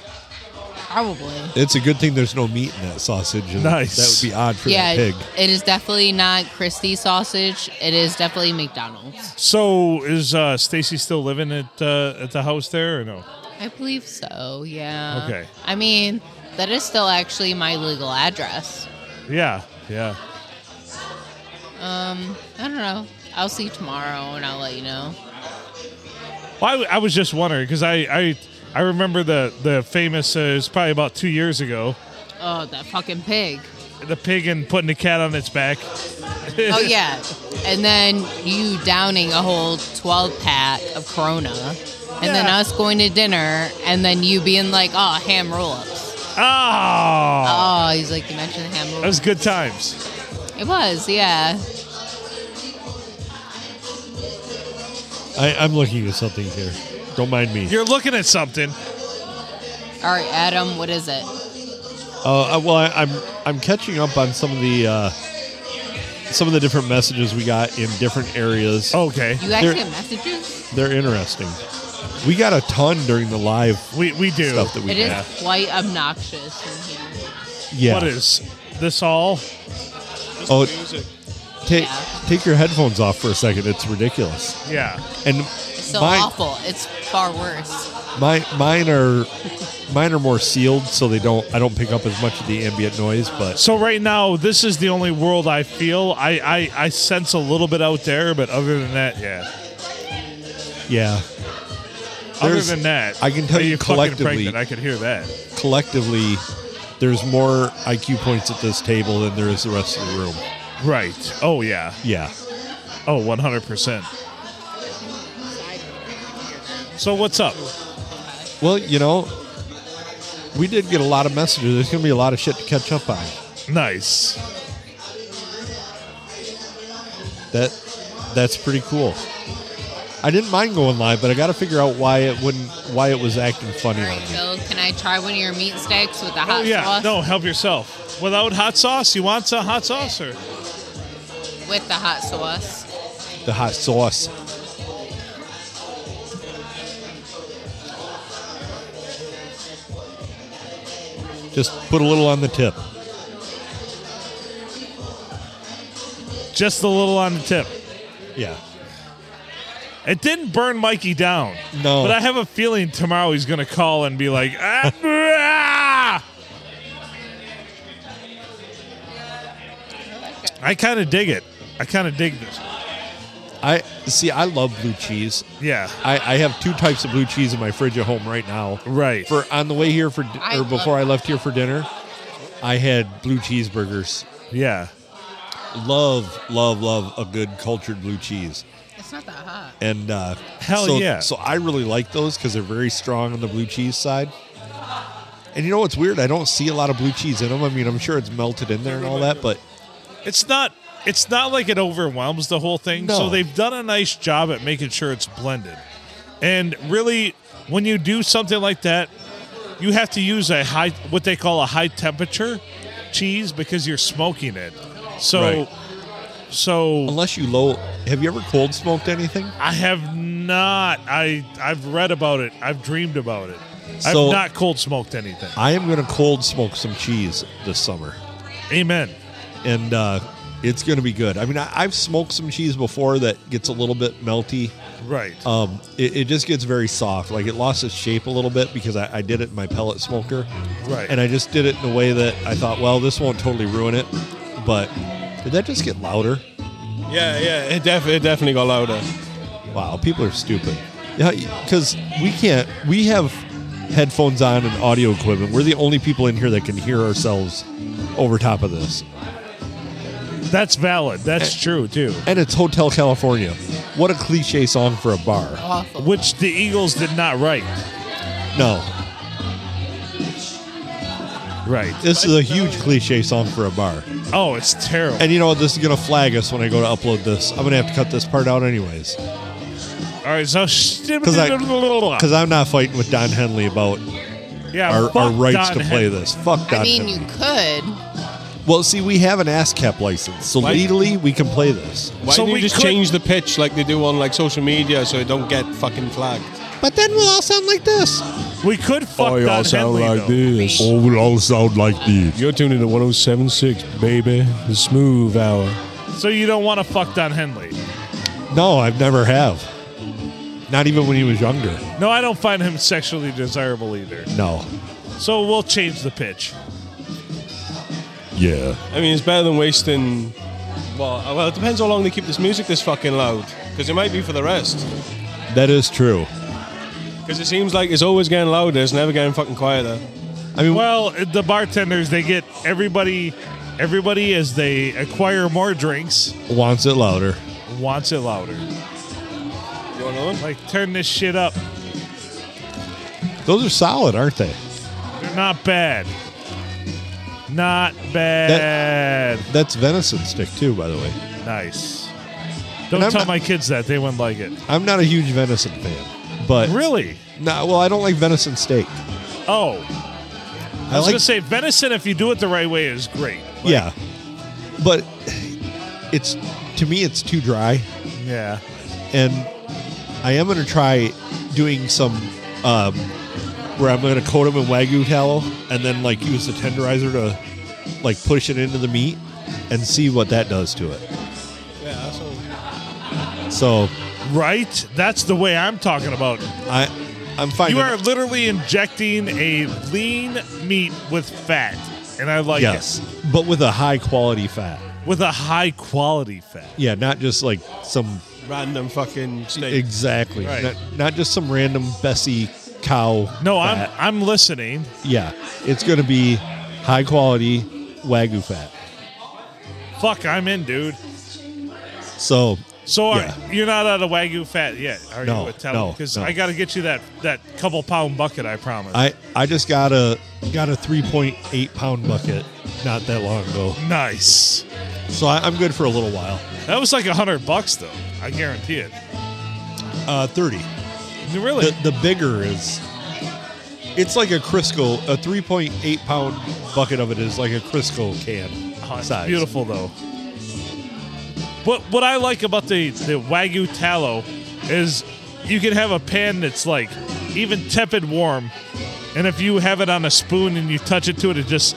Probably.
It's a good thing there's no meat in that sausage. and
Nice.
That would be odd for
Yeah,
that pig.
it is definitely not Christie's sausage. It is definitely McDonald's.
So, is uh, Stacy still living at uh, at the house there or no?
I believe so. Yeah.
Okay.
I mean, that is still actually my legal address.
Yeah, yeah.
I don't know. I'll see you tomorrow and I'll let you know.
Well, I, I was just wondering because I, I I remember the the famous. Uh, it was probably about two years ago.
Oh, that fucking pig.
The pig and putting the cat on its back.
Oh yeah. And then you downing a whole 12 pack of Corona. And then
Yeah.
us going to dinner and then you being like, "Oh, ham roll-ups."
Oh,
Oh, he's like, "You mentioned ham
that
roll-ups."
was good times.
It was, yeah.
I, I'm looking at something here. Don't mind me.
You're looking at something.
All right, Adam, what is it?
Uh, I- well, I, I'm I'm catching up on some of the uh, some of the different messages we got in different areas.
Okay,
You guys
There-
get messages?
They're interesting. We got a ton during the live
we we do.
stuff that we
It is
got.
quite obnoxious in here.
Yeah.
What is this all?
Oh,
Music.
take
Yeah.
take your headphones off for a second. It's ridiculous.
Yeah.
And
It's so
mine,
awful. It's far worse.
my mine are mine are more sealed, so they don't I don't pick up as much of the ambient noise. But
So right now, this is the only world I feel. I I, I sense a little bit out there, but other than that, yeah.
yeah,
Other
There's-
than that,
I can tell
Are
you
fucking
collectively-
pregnant? I could hear that.
collectively, there's more IQ points at this table than there is the rest of the room.
Right. Oh yeah.
Yeah.
Oh, 100 percent. So what's up?
Well, you know, we did get a lot of messages. There's going to be a lot of shit to catch up on.
Nice.
That that's pretty cool. I didn't mind going live, but I got to figure out why it wouldn't why it was acting funny
All
on
right,
me.
Bill, can I try one of your meat steaks with the
oh
hot
yeah.
sauce?
No, help yourself. Without hot sauce, you want some hot sauce or?
With the hot sauce.
The hot sauce. Just put a little on the tip.
Just a little on the tip.
Yeah.
It didn't burn Mikey down.
No.
But I have a feeling tomorrow he's going to call and be like, ah, ah." I kind of dig it. I kind of dig this.
I see. I love blue cheese.
Yeah.
I, I have two types of blue cheese in my fridge at home right now.
Right.
For on the way here for di-
I
or
love
before I
that.
left here for dinner, I had blue cheeseburgers.
yeah.
Love, love, love a good cultured blue cheese.
It's not that hot.
And uh,
Hell
so,
yeah.
So I really like those because they're very strong on the blue cheese side. And you know what's weird? I don't see a lot of blue cheese in them. I mean, I'm sure it's melted in there and all that, but
It's not it's not like it overwhelms the whole thing.
No.
So they've done a nice job at making sure it's blended. And really when you do something like that, you have to use a high what they call a high temperature cheese because you're smoking it. So
Right.
so
unless you low, have you ever cold smoked anything?
I have not I I've read about it. I've dreamed about it.
So-
I've not cold smoked anything.
I am going to cold smoke some cheese this summer.
Amen.
and uh, it's going to be good. I mean, I, I've smoked some cheese before that gets a little bit melty.
Right.
Um, it, it just gets very soft. Like it lost its shape a little bit because I, I did it in my pellet smoker.
Right.
And I just did it in a way that I thought, well, this won't totally ruin it. But did that just get louder?
Yeah, yeah, it, def- it definitely got louder.
Wow, people are stupid. Yeah, because we can't. We have headphones on and audio equipment. We're the only people in here that can hear ourselves over top of this.
That's valid.
eh.
That's true too.
And it's Hotel California. What a cliche song for a bar.
Awful.
Which the Eagles did not write.
No,
Right.
this is a huge cliche song for a bar.
Oh, it's terrible.
And you know what? This is gonna flag us when I go to upload this. I'm gonna have to cut this part out anyways
All right, so
because I because I'm not fighting with Don Henley about
yeah,
our,
fuck
our rights
Don
to play
Henley.
this. Fuck Don
I mean,
Henley.
you could.
Well, see, we have an ASCAP license, so
Why-
legally we can play this.
Why
So
don't you
we
just
could-
change the pitch like they do on like social media so it don't get fucking flagged?
But then we'll all sound like this. Oh,
We could fuck
Oh,
Don Henley, though.
this.
Or Oh, we'll all sound like these.
You're tuned into 1076, baby. The smooth hour.
So you don't want to fuck Don Henley?
No, I've never have. Not even when he was younger.
No, I don't find him sexually desirable either.
No.
So we'll change the pitch.
Yeah.
I mean, it's better than wasting. Well, uh, well, it depends how long they keep this music this fucking loud. Because it might be for the rest.
That is true.
Because it seems like it's always getting louder. It's never getting fucking quieter.
I mean,
Well, the bartenders they get everybody, everybody as they acquire more drinks
wants it louder.
wants it louder.
You want another one?
Like turn this shit up.
Those are solid, aren't they?
They're not bad. Not bad.
That's venison stick too, by the way.
nice.
And
Don't
I'm
tell
not-
my kids that they wouldn't like it.
I'm not a huge venison fan, but
Really?
no, well, I don't like venison steak.
Oh,
I,
I was
like
gonna say venison. If you do it the right way, is great.
yeah, but it's to me it's too dry,
Yeah.
and I am gonna try doing some um, where I'm gonna coat them in wagyu tallow and then like use the tenderizer to like push it into the meat and see what that does to it.
Yeah, that's all.
So
Right? That's the way I'm talking about.
I I'm fine.
You are literally injecting a lean meat with fat, and I like
yes, but with a high quality fat.
it with a high quality fat.
Yeah, not just like some
Random fucking steak.
exactly,
Right.
not, not just some random Bessie cow.
No,
fat.
I'm I'm listening.
Yeah, it's going to be high quality wagyu fat.
Fuck, I'm in, dude.
So
So are,
Yeah.
you're not out of wagyu fat yet, are
No,
you?
no,
because
no.
I got to get you that that couple pound bucket. I promise.
I I just got a got a three point eight pound bucket not that long ago.
nice.
So I, I'm good for a little while.
That was like a hundred bucks, though. I guarantee it.
Uh, Thirty.
Really?
The the bigger is. It's like a Crisco. A three point eight pound bucket of it is like a Crisco can
Oh, it's
size.
beautiful though. What what I like about the the wagyu tallow is you can have a pan that's like even tepid warm, and if you have it on a spoon and you touch it to it, it just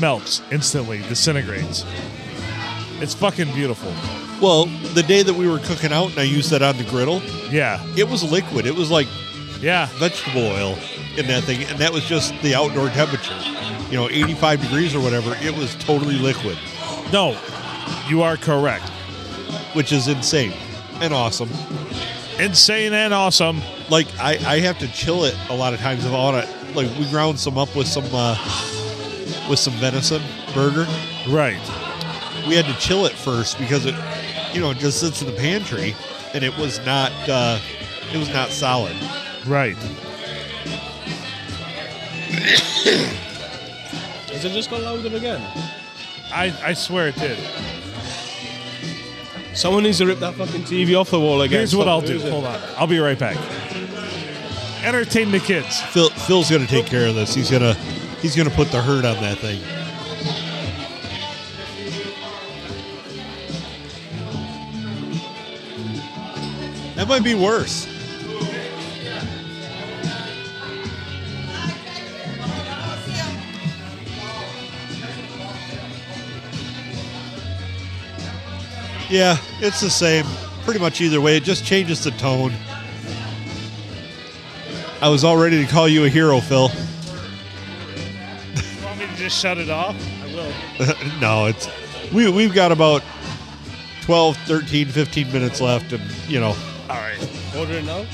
melts instantly, disintegrates. It's fucking beautiful.
Well, the day that we were cooking out and I used that on the griddle,
Yeah,
it was liquid. It was like
yeah.
vegetable oil in that thing, and that was just the outdoor temperature. You know, 85 degrees or whatever. It was totally liquid,
No, you are correct.
which is insane and awesome.
Insane and awesome.
Like I, I have to chill it a lot of times if I want to. Like we ground some up with some uh, with some venison burger.
Right.
We had to chill it first because it, you know, it just sits in the pantry, and it was not uh, it was not solid.
Right.
Has it just got louder again?
I, I swear it did.
Someone needs to rip that fucking TV off the wall again.
Here's what I'll
Stop
do.
losing.
Hold on. I'll be right back. Entertain the kids.
Phil, Phil's gonna take care of this. He's gonna he's gonna put the hurt on that thing. That might be worse. Yeah, it's the same. Pretty much either way, it just changes the tone. I was all ready to call you a hero, Phil.
You want me to just shut it off? I will.
no, it's we we've got about 12, 13, 15 minutes left and you know,
All right.
Order it now?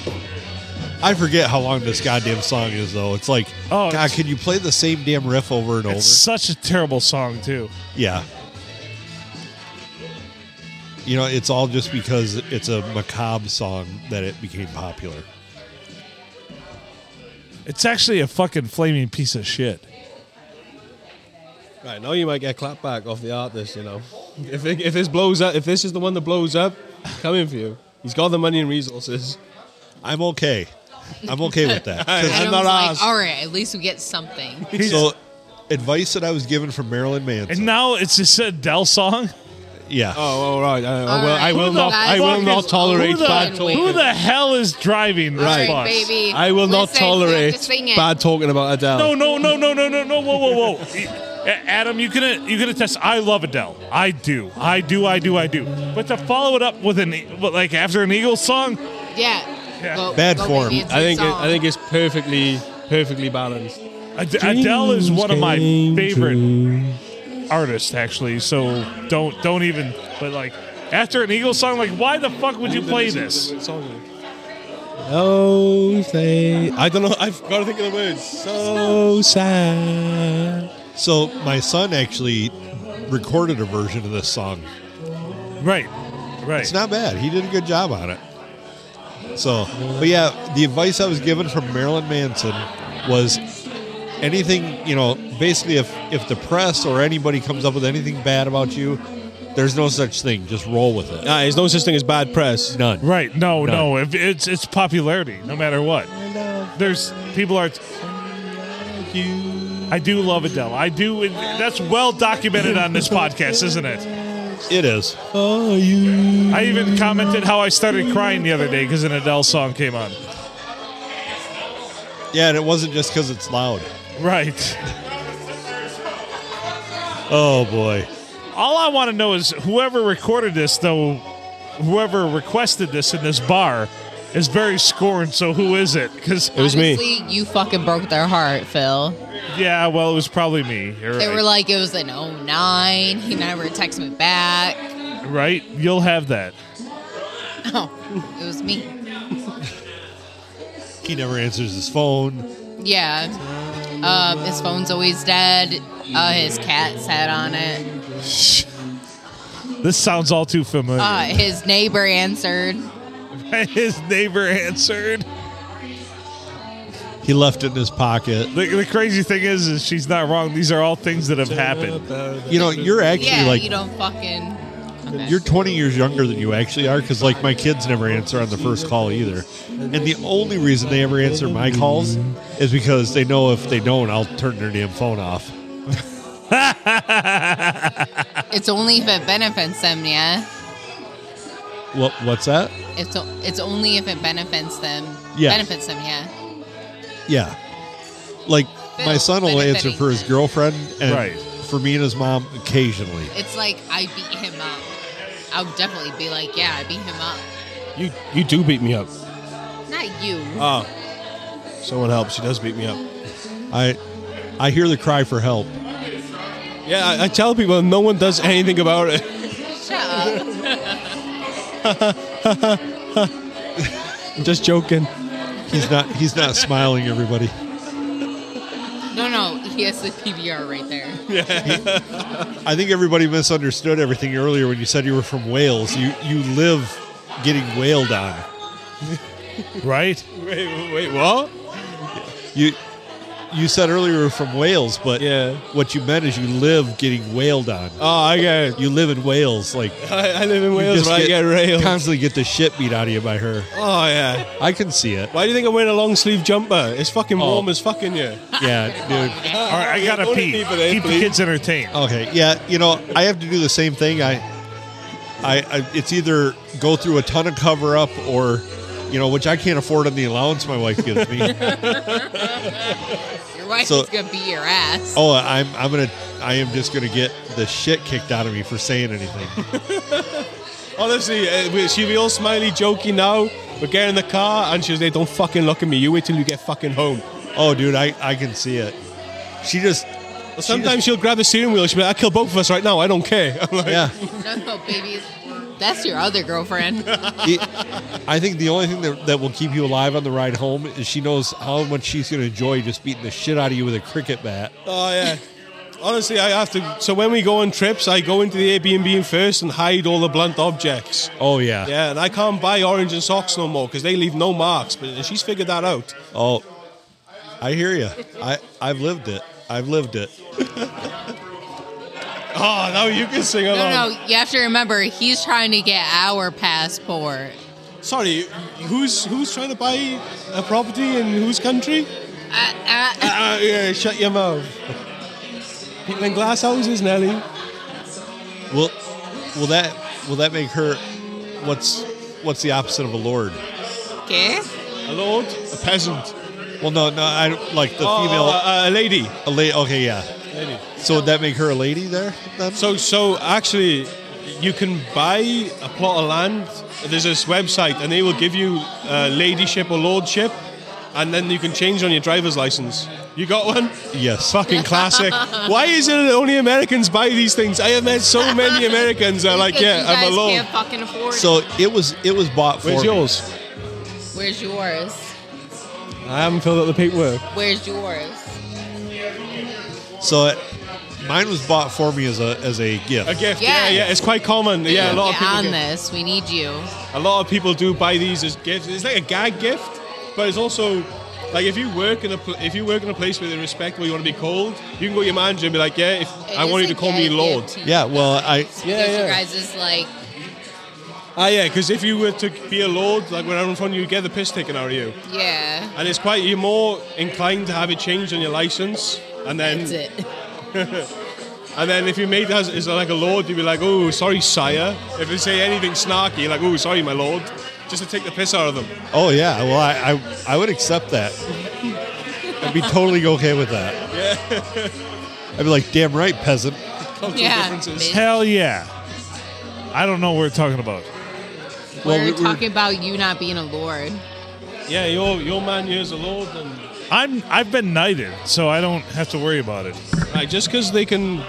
I forget how long this goddamn song is though. It's like,
Oh,
oh, God,
it's-
can you play the same damn riff over and over?
It's such a terrible song too.
Yeah. You know, it's all just because it's a macabre song that it became popular.
It's actually a fucking flaming piece of shit.
Right, now you might get clapped back off the artist, you know. If, it, if this blows up, if this is the one that blows up, coming for you. He's got the money and resources.
I'm okay. I'm okay with that. 'Cause
And
I'm
it
not
was like,
Oz.
all right, at least we get something.
So advice that I was given from Marilyn Manson.
And now it's just a Dell song.
yeah.
Oh, all right. I, I will,
All right.
I will
Who the
not. I will
fuck
not
is-
tolerate
who the-
bad talk.
Who the hell is driving this
All right,
bus?
baby.
I will not
Listen, you have to
tolerate
sing it.
bad talking about Adele.
No, no, no, no, no, no, no. Whoa, whoa, whoa. A- Adam, you can you can attest. I love Adele. I do. I do. I do. I do. But to follow it up with an e- but like after an Eagles song,
Yeah.
Yeah.
Go-
Bad
go,
form.
baby, it's
I
your
think it,
song.
I think it's perfectly perfectly balanced.
Ad- Adele is one of my
came
favorite artists, actually. So don't don't even. But like after an Eagles song, like why the fuck would you play this?
Oh, say I don't know. I've got to think of the words. So sad.
So my son actually recorded a version of this song.
Right, right.
It's not bad. He did a good job on it. So, but yeah, the advice I was given from Marilyn Manson was anything, you know, basically if if the press or anybody comes up with anything bad about you, there's no such thing. Just roll with it.
Nah, there's no such thing as bad press.
None.
Right. No,
None.
no. If it's it's popularity, no matter what. There's people are. I do love Adele. I do. and That's well documented on this podcast, isn't it?
It is.
Oh, you.
I even commented how I started crying the other day because an Adele song came on.
Yeah, and it wasn't just because it's loud.
Right.
Oh boy.
All I want to know is whoever recorded this, though, whoever requested this in this bar, is very scorned. So who is it? Because
was me.
Honestly, you fucking broke their heart, Phil.
yeah, well, it was probably me. You're
They
right.
were like, it was an 09. He never texted me back.
right. You'll have that.
No, Oh, it was me.
He never answers his phone.
Yeah. Um, his phone's always dead. Uh, his cat's head on it.
This sounds all too familiar.
Uh, his neighbor answered. Uh,
His neighbor answered.
He left it in his pocket.
The, the crazy thing is, is she's not wrong. These are all things that have happened.
You know, you're actually
Yeah,
like
you don't fucking. Okay.
You're 20 years younger than you actually are because, like, my kids never answer on the first call either. And the only reason they ever answer my calls is because they know if they don't, I'll turn their damn phone off.
It's only if it benefits them, yeah.
What, what's that?
It's o- it's only if it benefits them.
Yeah.
Benefits them, yeah.
Yeah. Like, my son will answer for his girlfriend and
Right.
for me and his mom occasionally.
It's like I beat him up. I would definitely be like, yeah, I beat him up.
You you do beat me up.
Not you.
Uh.
Ah, someone help. She does beat me up.
I I hear the cry for help.
Yeah, I, I tell people no one does anything about it.
Shut up.
Just joking.
He's not he's not smiling, everybody.
No, no. He has the PBR right there.
I think everybody misunderstood everything earlier when you said you were from Wales. You you live getting wailed on.
Right?
Wait, wait, what?
You you said earlier you were from Wales, but
Yeah.
what you meant is you live getting wailed on.
Oh, I get it.
You live in Wales, like
I, I live in
you
Wales,
just
but I get railed.
constantly get the shit beat out of you by her.
Oh yeah.
I can see it.
Why do you think I'm wearing a long sleeve jumper? It's fucking warm as fucking yeah.
Yeah, dude.
All right, I gotta
Don't hit
pee.
me for that,
Keep the
please.
kids entertained.
Okay, yeah. You know, I have to do the same thing. I, I, I it's either go through a ton of cover up or, you know, which I can't afford on the allowance my wife gives me.
Your wife
So-
is gonna beat your ass.
oh, I'm I'm gonna I am just gonna get the shit kicked out of me for saying anything.
Honestly, uh, we- she'll be all smiley, jokey now. But get in the car and she'll say, "Don't fucking look at me. You wait till you get fucking home."
Oh, dude, I I can see it. She just
Well, sometimes she'll grab the steering wheel. She'll be like, "I kill both of us right now. I don't care." I'm like,
yeah.
No, no, babies. That's your other girlfriend.
It- I think the only thing that, that will keep you alive on the ride home is she knows how much she's going to enjoy just beating the shit out of you with a cricket bat.
Oh yeah. Honestly, I have to. So when we go on trips, I go into the Airbnb first and hide all the blunt objects.
Oh yeah.
Yeah, and I can't buy orange and socks no more because they leave no marks. But and she's figured that out.
Oh, I hear you. I I've lived it. I've lived it.
Oh, now you can sing along.
No, no. You have to remember, he's trying to get our passport.
Sorry, who's who's trying to buy
Uh,
a property in whose country?
I, I,
Uh, yeah, shut your mouth. People in glass houses, Nelly.
Will will that will that make her what's what's the opposite of a lord?
Okay.
A lord, a peasant,
Well, no, no, I like the
Oh,
female
a, a lady.
a lady. Okay, yeah.
Lady.
So would that make her a lady there? Then?
So, so actually, you can buy a plot of land. There's this website, and they will give you uh, ladyship or lordship, and then you can change on your driver's license. You got one?
yes.
Fucking classic. Why is it that only Americans buy these things? I have met so many Americans that are like,
Because
yeah,
you
I'm
guys
a lord.
can't fucking afford it.
So it was it was bought for
Where's
me.
yours?
Where's yours?
I haven't filled out the paperwork.
Where's yours?
So it, mine was bought for me as a as a gift.
A gift,
Yes.
yeah, yeah. It's quite common. Yeah, a lot of
Get
people.
on
get-
this. We need you.
A lot of people do buy these as gifts. It's like a gag gift, but it's also like if you work in a pl- if you work in a place where they respect what you want to be called, you can go to your manager and be like, yeah, if I want you to call me Lord.
Yeah. Well, I
Yeah,
yeah.
You guys is like,
Ah, yeah, because if you were to be a Lord, like when I'm in front of you, you get the piss taken out of you,
yeah.
and it's quite you're more inclined to have it changed on your license, and then
That's it.
and then if you made that is like a Lord, you'd be like, oh, sorry, sire. If they say anything snarky, like, oh, sorry, my Lord, just to take the piss out of them.
oh yeah. Well, I I, I would accept that. I'd be totally okay with that. Yeah. I'd be like, damn right, peasant.
Cultural
Yeah.
differences.
bitch.
Hell yeah. I don't know what we're talking about.
Well,
We're
we- we're-
talking about you not being a lord.
Yeah, your your man here's a Lord and.
I'm I've been knighted, so I don't have to worry about it.
Right, just because they can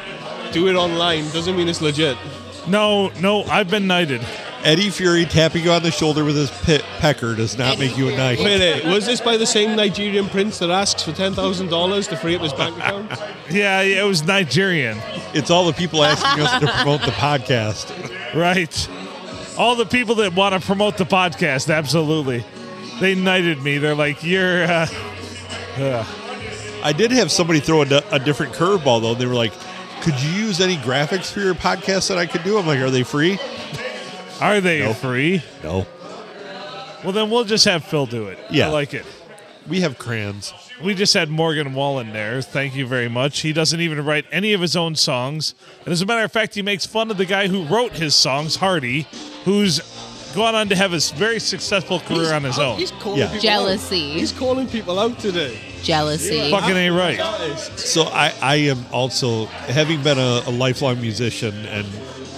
do it online doesn't mean it's legit.
No, no, I've been knighted.
Eddie Fury tapping you on the shoulder with his pit pecker does not
Eddie
make you a
Fury.
knight.
Wait, wait, was this by the same Nigerian prince that asks for ten thousand dollars to free up his bank account?
Yeah, it was Nigerian.
It's all the people asking us to promote the podcast.
Right. All the people that want to promote the podcast, absolutely. They knighted me. They're like, you're. Uh,
I did have somebody throw a, di- a different curveball though. They were like, "Could you use any graphics for your podcast that I could do?" I'm like, "Are they free?"
are they
No.
free?
No.
Well, then we'll just have Phil do it.
Yeah.
I like it.
We have crayons.
We just had Morgan Wallen there. Thank you very much. He doesn't even write any of his own songs. And as a matter of fact, he makes fun of the guy who wrote his songs, Hardy, who's gone on to have a very successful career on his
Oh,
own.
He's calling
Yeah.
people
Jealousy.
Out. He's calling people out today.
Jealousy.
Fucking ain't right.
Artists.
So I, I am also having been a, a lifelong musician and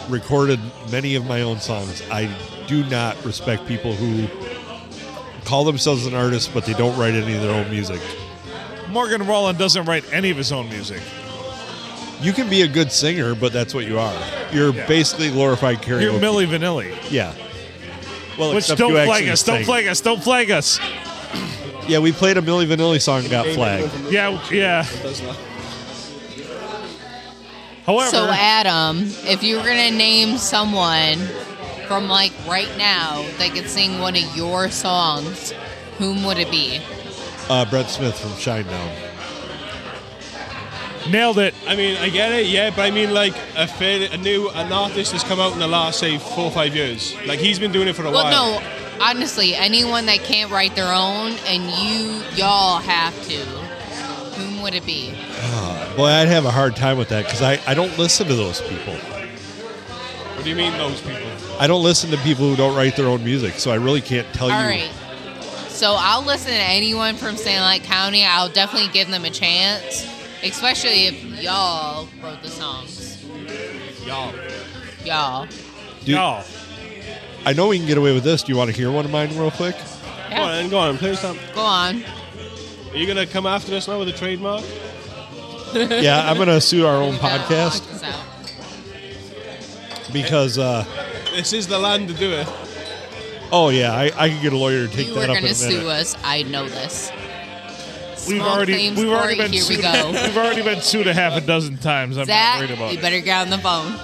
recorded many of my own songs. I do not respect people who call themselves an artist but they don't write any of their own music.
Morgan Wallen doesn't write any of his own music.
You can be a good singer, but that's what you are. You're
Yeah.
basically glorified karaoke.
You're Millie Vanilli.
Yeah. Well,
Which
except
don't
you
flag
actually
us, don't
sang.
flag us, don't flag us.
Yeah, we played a Millie Vanilli song, and got flagged.
Yeah, yeah.
Does not.
However,
So uh, Adam, if you were gonna name someone from like right now that could sing one of your songs, whom would it be?
Uh, Brett Smith from Shinedown.
nailed it.
I mean, I get it, yeah, but I mean, like a fair, a new an artist has come out in the last say four or five years. Like he's been doing it for a
Well,
while.
no, honestly, anyone that can't write their own and you y'all have to. Whom would it be?
Boy, I'd have a hard time with that because I, I don't listen to those people.
What do you mean those people?
I don't listen to people who don't write their own music, so I really can't tell
All
you.
right. So I'll listen to anyone from St. Lake County. I'll definitely give them a chance, especially if y'all wrote the songs.
Y'all.
Y'all.
Do-
Y'all.
I know we can get away with this. Do you want to hear one of mine real quick?
Go on, go on, play some.
Go on.
Are you gonna come after us now with a trademark?
yeah, I'm going to sue our own
No,
podcast
knock this out.
because, uh,
This is the land to do it.
oh, yeah, I, I could get a lawyer to take
you were
that up in
going
a
to
minute.
sue us. I know this.
We've
Small
already
claims
we've already
court,
been
here we
sued.
go.
We've already been sued a half a dozen times. I'm not worried
Zach,
about
you
it.
better get on the phone.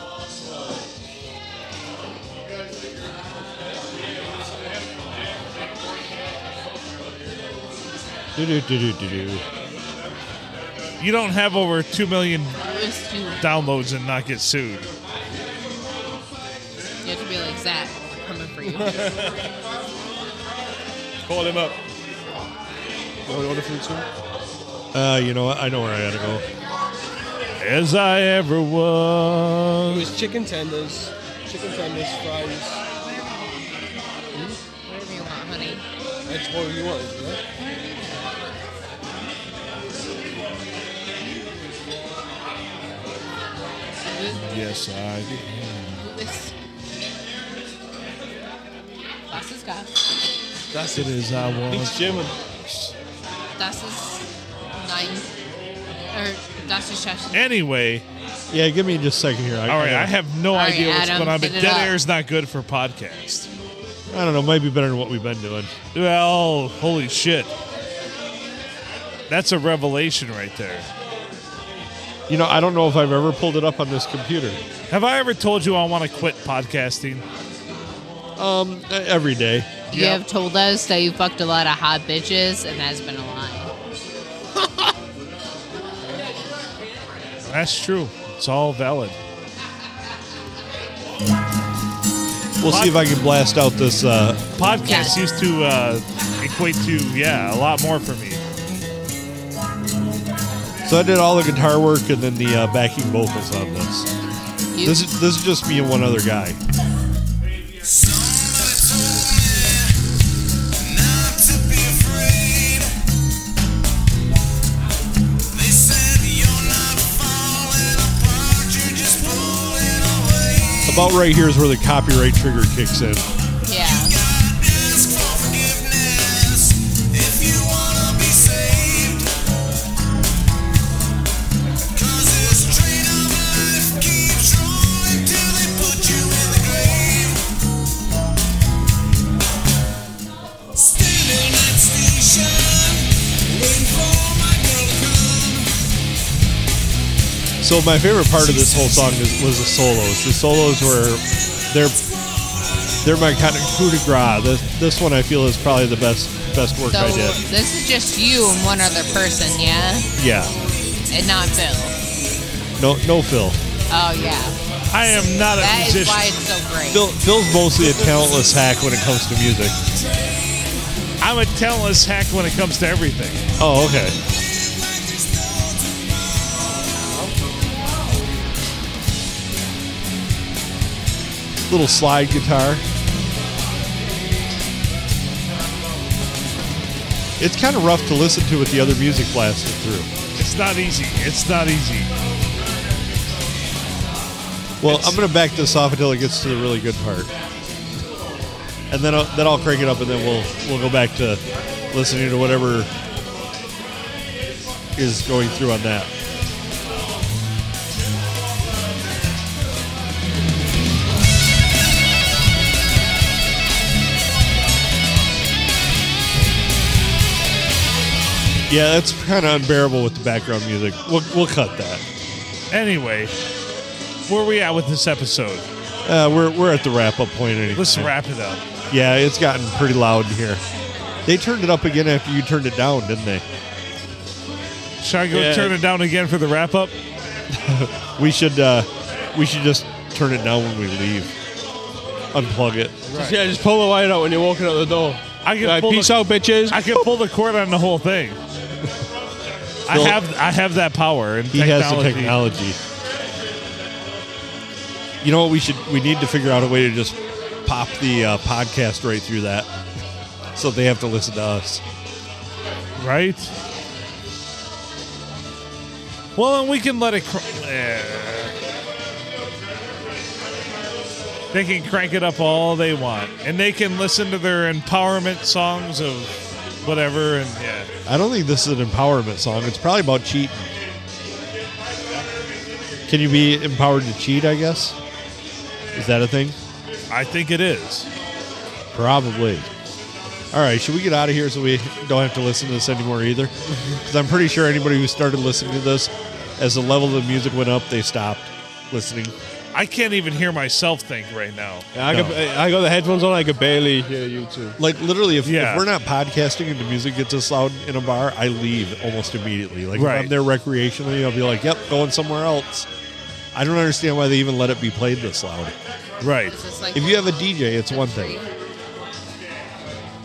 Do-do-do-do-do-do.
You don't have over two million
It was too-
downloads and not get sued.
You have to be like Zach, coming for you.
Call him up. You want to order food soon?
Uh, you know what? I know where I got to go.
as I ever
It
was.
was chicken tenders, chicken tenders, fries.
Whatever you want, honey.
That's what you wanted, right?
Yes, I.
This. Das ist Gas.
That's
It
it.
is uh, I
It's
was.
German.
Das ist nein. Or das ist Scheiße.
Anyway,
Yeah, give me just a second here.
all right, I have no
right,
idea what's
Adam,
going on, but
hit it
dead
up.
air is not good for podcast.
I don't know. Might be better than what we've been doing.
Well, holy shit. That's a revelation right there.
You know, I don't know if I've ever pulled it up on this computer.
Have I ever told you I want to quit podcasting?
Um, e- every day.
You
Yep.
have told us that you fucked a lot of hot bitches, and that's been a lie.
That's true. It's all valid.
We'll see if I can blast out this. Uh,
Podcasts
Yeah.
used to uh, equate to, yeah, a lot more for me.
so I did all the guitar work and then the uh, backing vocals on this.
You,
This is this is just me and one other guy. About right here is where the copyright trigger kicks in.
yeah.
So my favorite part of this whole song is, was the solos. The solos were they're they're my kind of coup de grace. This, this one I feel is probably the best best work
So
I did.
this is just you and one other person, yeah,
Yeah.
and not Phil.
No no Phil.
Oh yeah,
I am not a
that is
musician.
why it's so great.
Phil Phil's mostly a talentless hack when it comes to music.
I'm a talentless hack when it comes to everything.
Oh okay. Little slide guitar. It's kind of rough to listen to with the other music blasted through.
It's not easy. It's not easy.
Well, I'm going to back this off until it gets to the really good part, and then I'll, then I'll crank it up, and then we'll we'll go back to listening to whatever is going through on that. Yeah, that's kind of unbearable with the background music. We'll, we'll cut that.
Anyway, where we at with this episode?
Uh, we're, we're at the wrap up point. Anyway.
Let's wrap it up.
Yeah, it's gotten pretty loud in here. They turned it up again after you turned it down, didn't they?
Should I go
Yeah.
turn it down again for the wrap up?
We should uh, we should just turn it down when we leave. Unplug it.
Just- yeah, just pull the wire out when you're walking out the door.
I can
Like,
pull
peace
the,
out, bitches.
I can pull the cord on the whole thing. I
Phil-
have I have that power and
He has the technology. You know what? We should we need to figure out a way to just pop the uh, podcast right through that, so they have to listen to us.
right? Well, and we can let it. Cr- eh. They can crank it up all they want, and they can listen to their empowerment songs of whatever. And yeah,
I don't think this is an empowerment song. It's probably about cheating. Can you be empowered to cheat? I guess. Is that a thing?
I think it is.
Probably. All right, should we get out of here so we don't have to listen to this anymore either? Because I'm pretty sure anybody who started listening to this, as the level of the music went up, they stopped listening.
I can't even hear myself think right now.
I, got, I got the headphones on. I could barely hear you two.
Like literally, if,
Yeah.
if we're not podcasting and the music gets us loud in a bar, I leave almost immediately. Like if
Right.
I'm there recreationally, I'll be like, "Yep, going somewhere else." I don't understand why they even let it be played this loud.
Right.
It's just like-
If you have a DJ, it's one thing.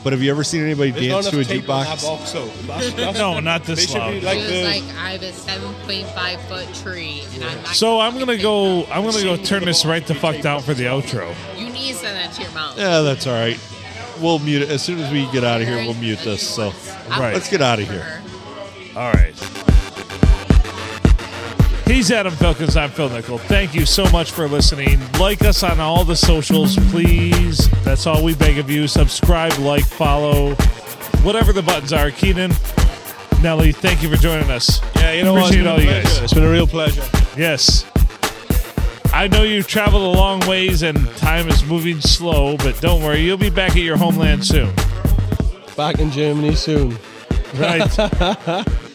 But have you ever seen anybody
There's
dance
not
to a
enough tape on that
jukebox?
box, though. That's- that's-
No, not this
they should
loud.
Be
She
like
was
the,
like, I have a 7.5 foot tree, and I'm not.
So
gonna
I'm gonna
take
go.
that.
I'm gonna go turn this right the fuck down for the outro.
You need to send that to your mom.
Yeah, that's all right. We'll mute it as soon as we get out of here. We'll mute
That
this.
she
So
wants.
Right.
let's get out of
For
here.
her.
All right. He's Adam Falcons. I'm Phil Nickel. Thank you so much for listening. Like us on all the socials, please. That's all we beg of you. Subscribe, like, follow, whatever the buttons are. Keenan, Nelly, thank you for joining us.
yeah, you know what?
Appreciate
it's been a
all you
pleasure.
guys.
It's been a real pleasure.
Yes. I know you've traveled a long ways and time is moving slow, but don't worry, you'll be back at your homeland soon.
Back in Germany soon.
Right.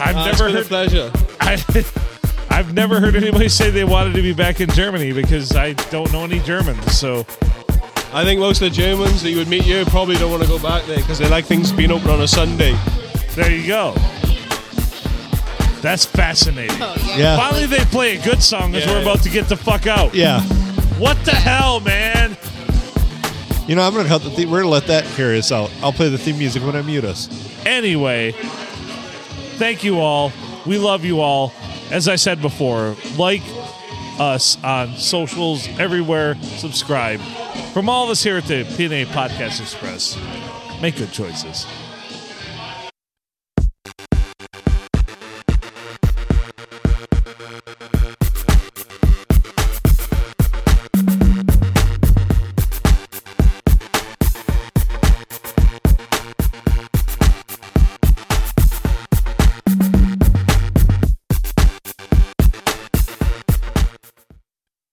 I've
Ah, it's
never
been a
heard
pleasure.
I, I've never heard anybody say they wanted to be back in Germany because I don't know any Germans. So
I think most of the Germans that you would meet here probably don't want to go back there because they like things being open on a Sunday.
there you go. That's fascinating.
Oh,
Yeah.
Finally, they play a good song as
Yeah,
we're
yeah.
about to get the fuck out.
Yeah.
What the hell, man?
You know, I'm gonna cut the theme. We're gonna let that carry us out. I'll play the theme music when I mute us.
Anyway, thank you all. We love you all. As I said before, like us on socials everywhere, subscribe. From all of us here at the PNA Podcast Express, make good choices.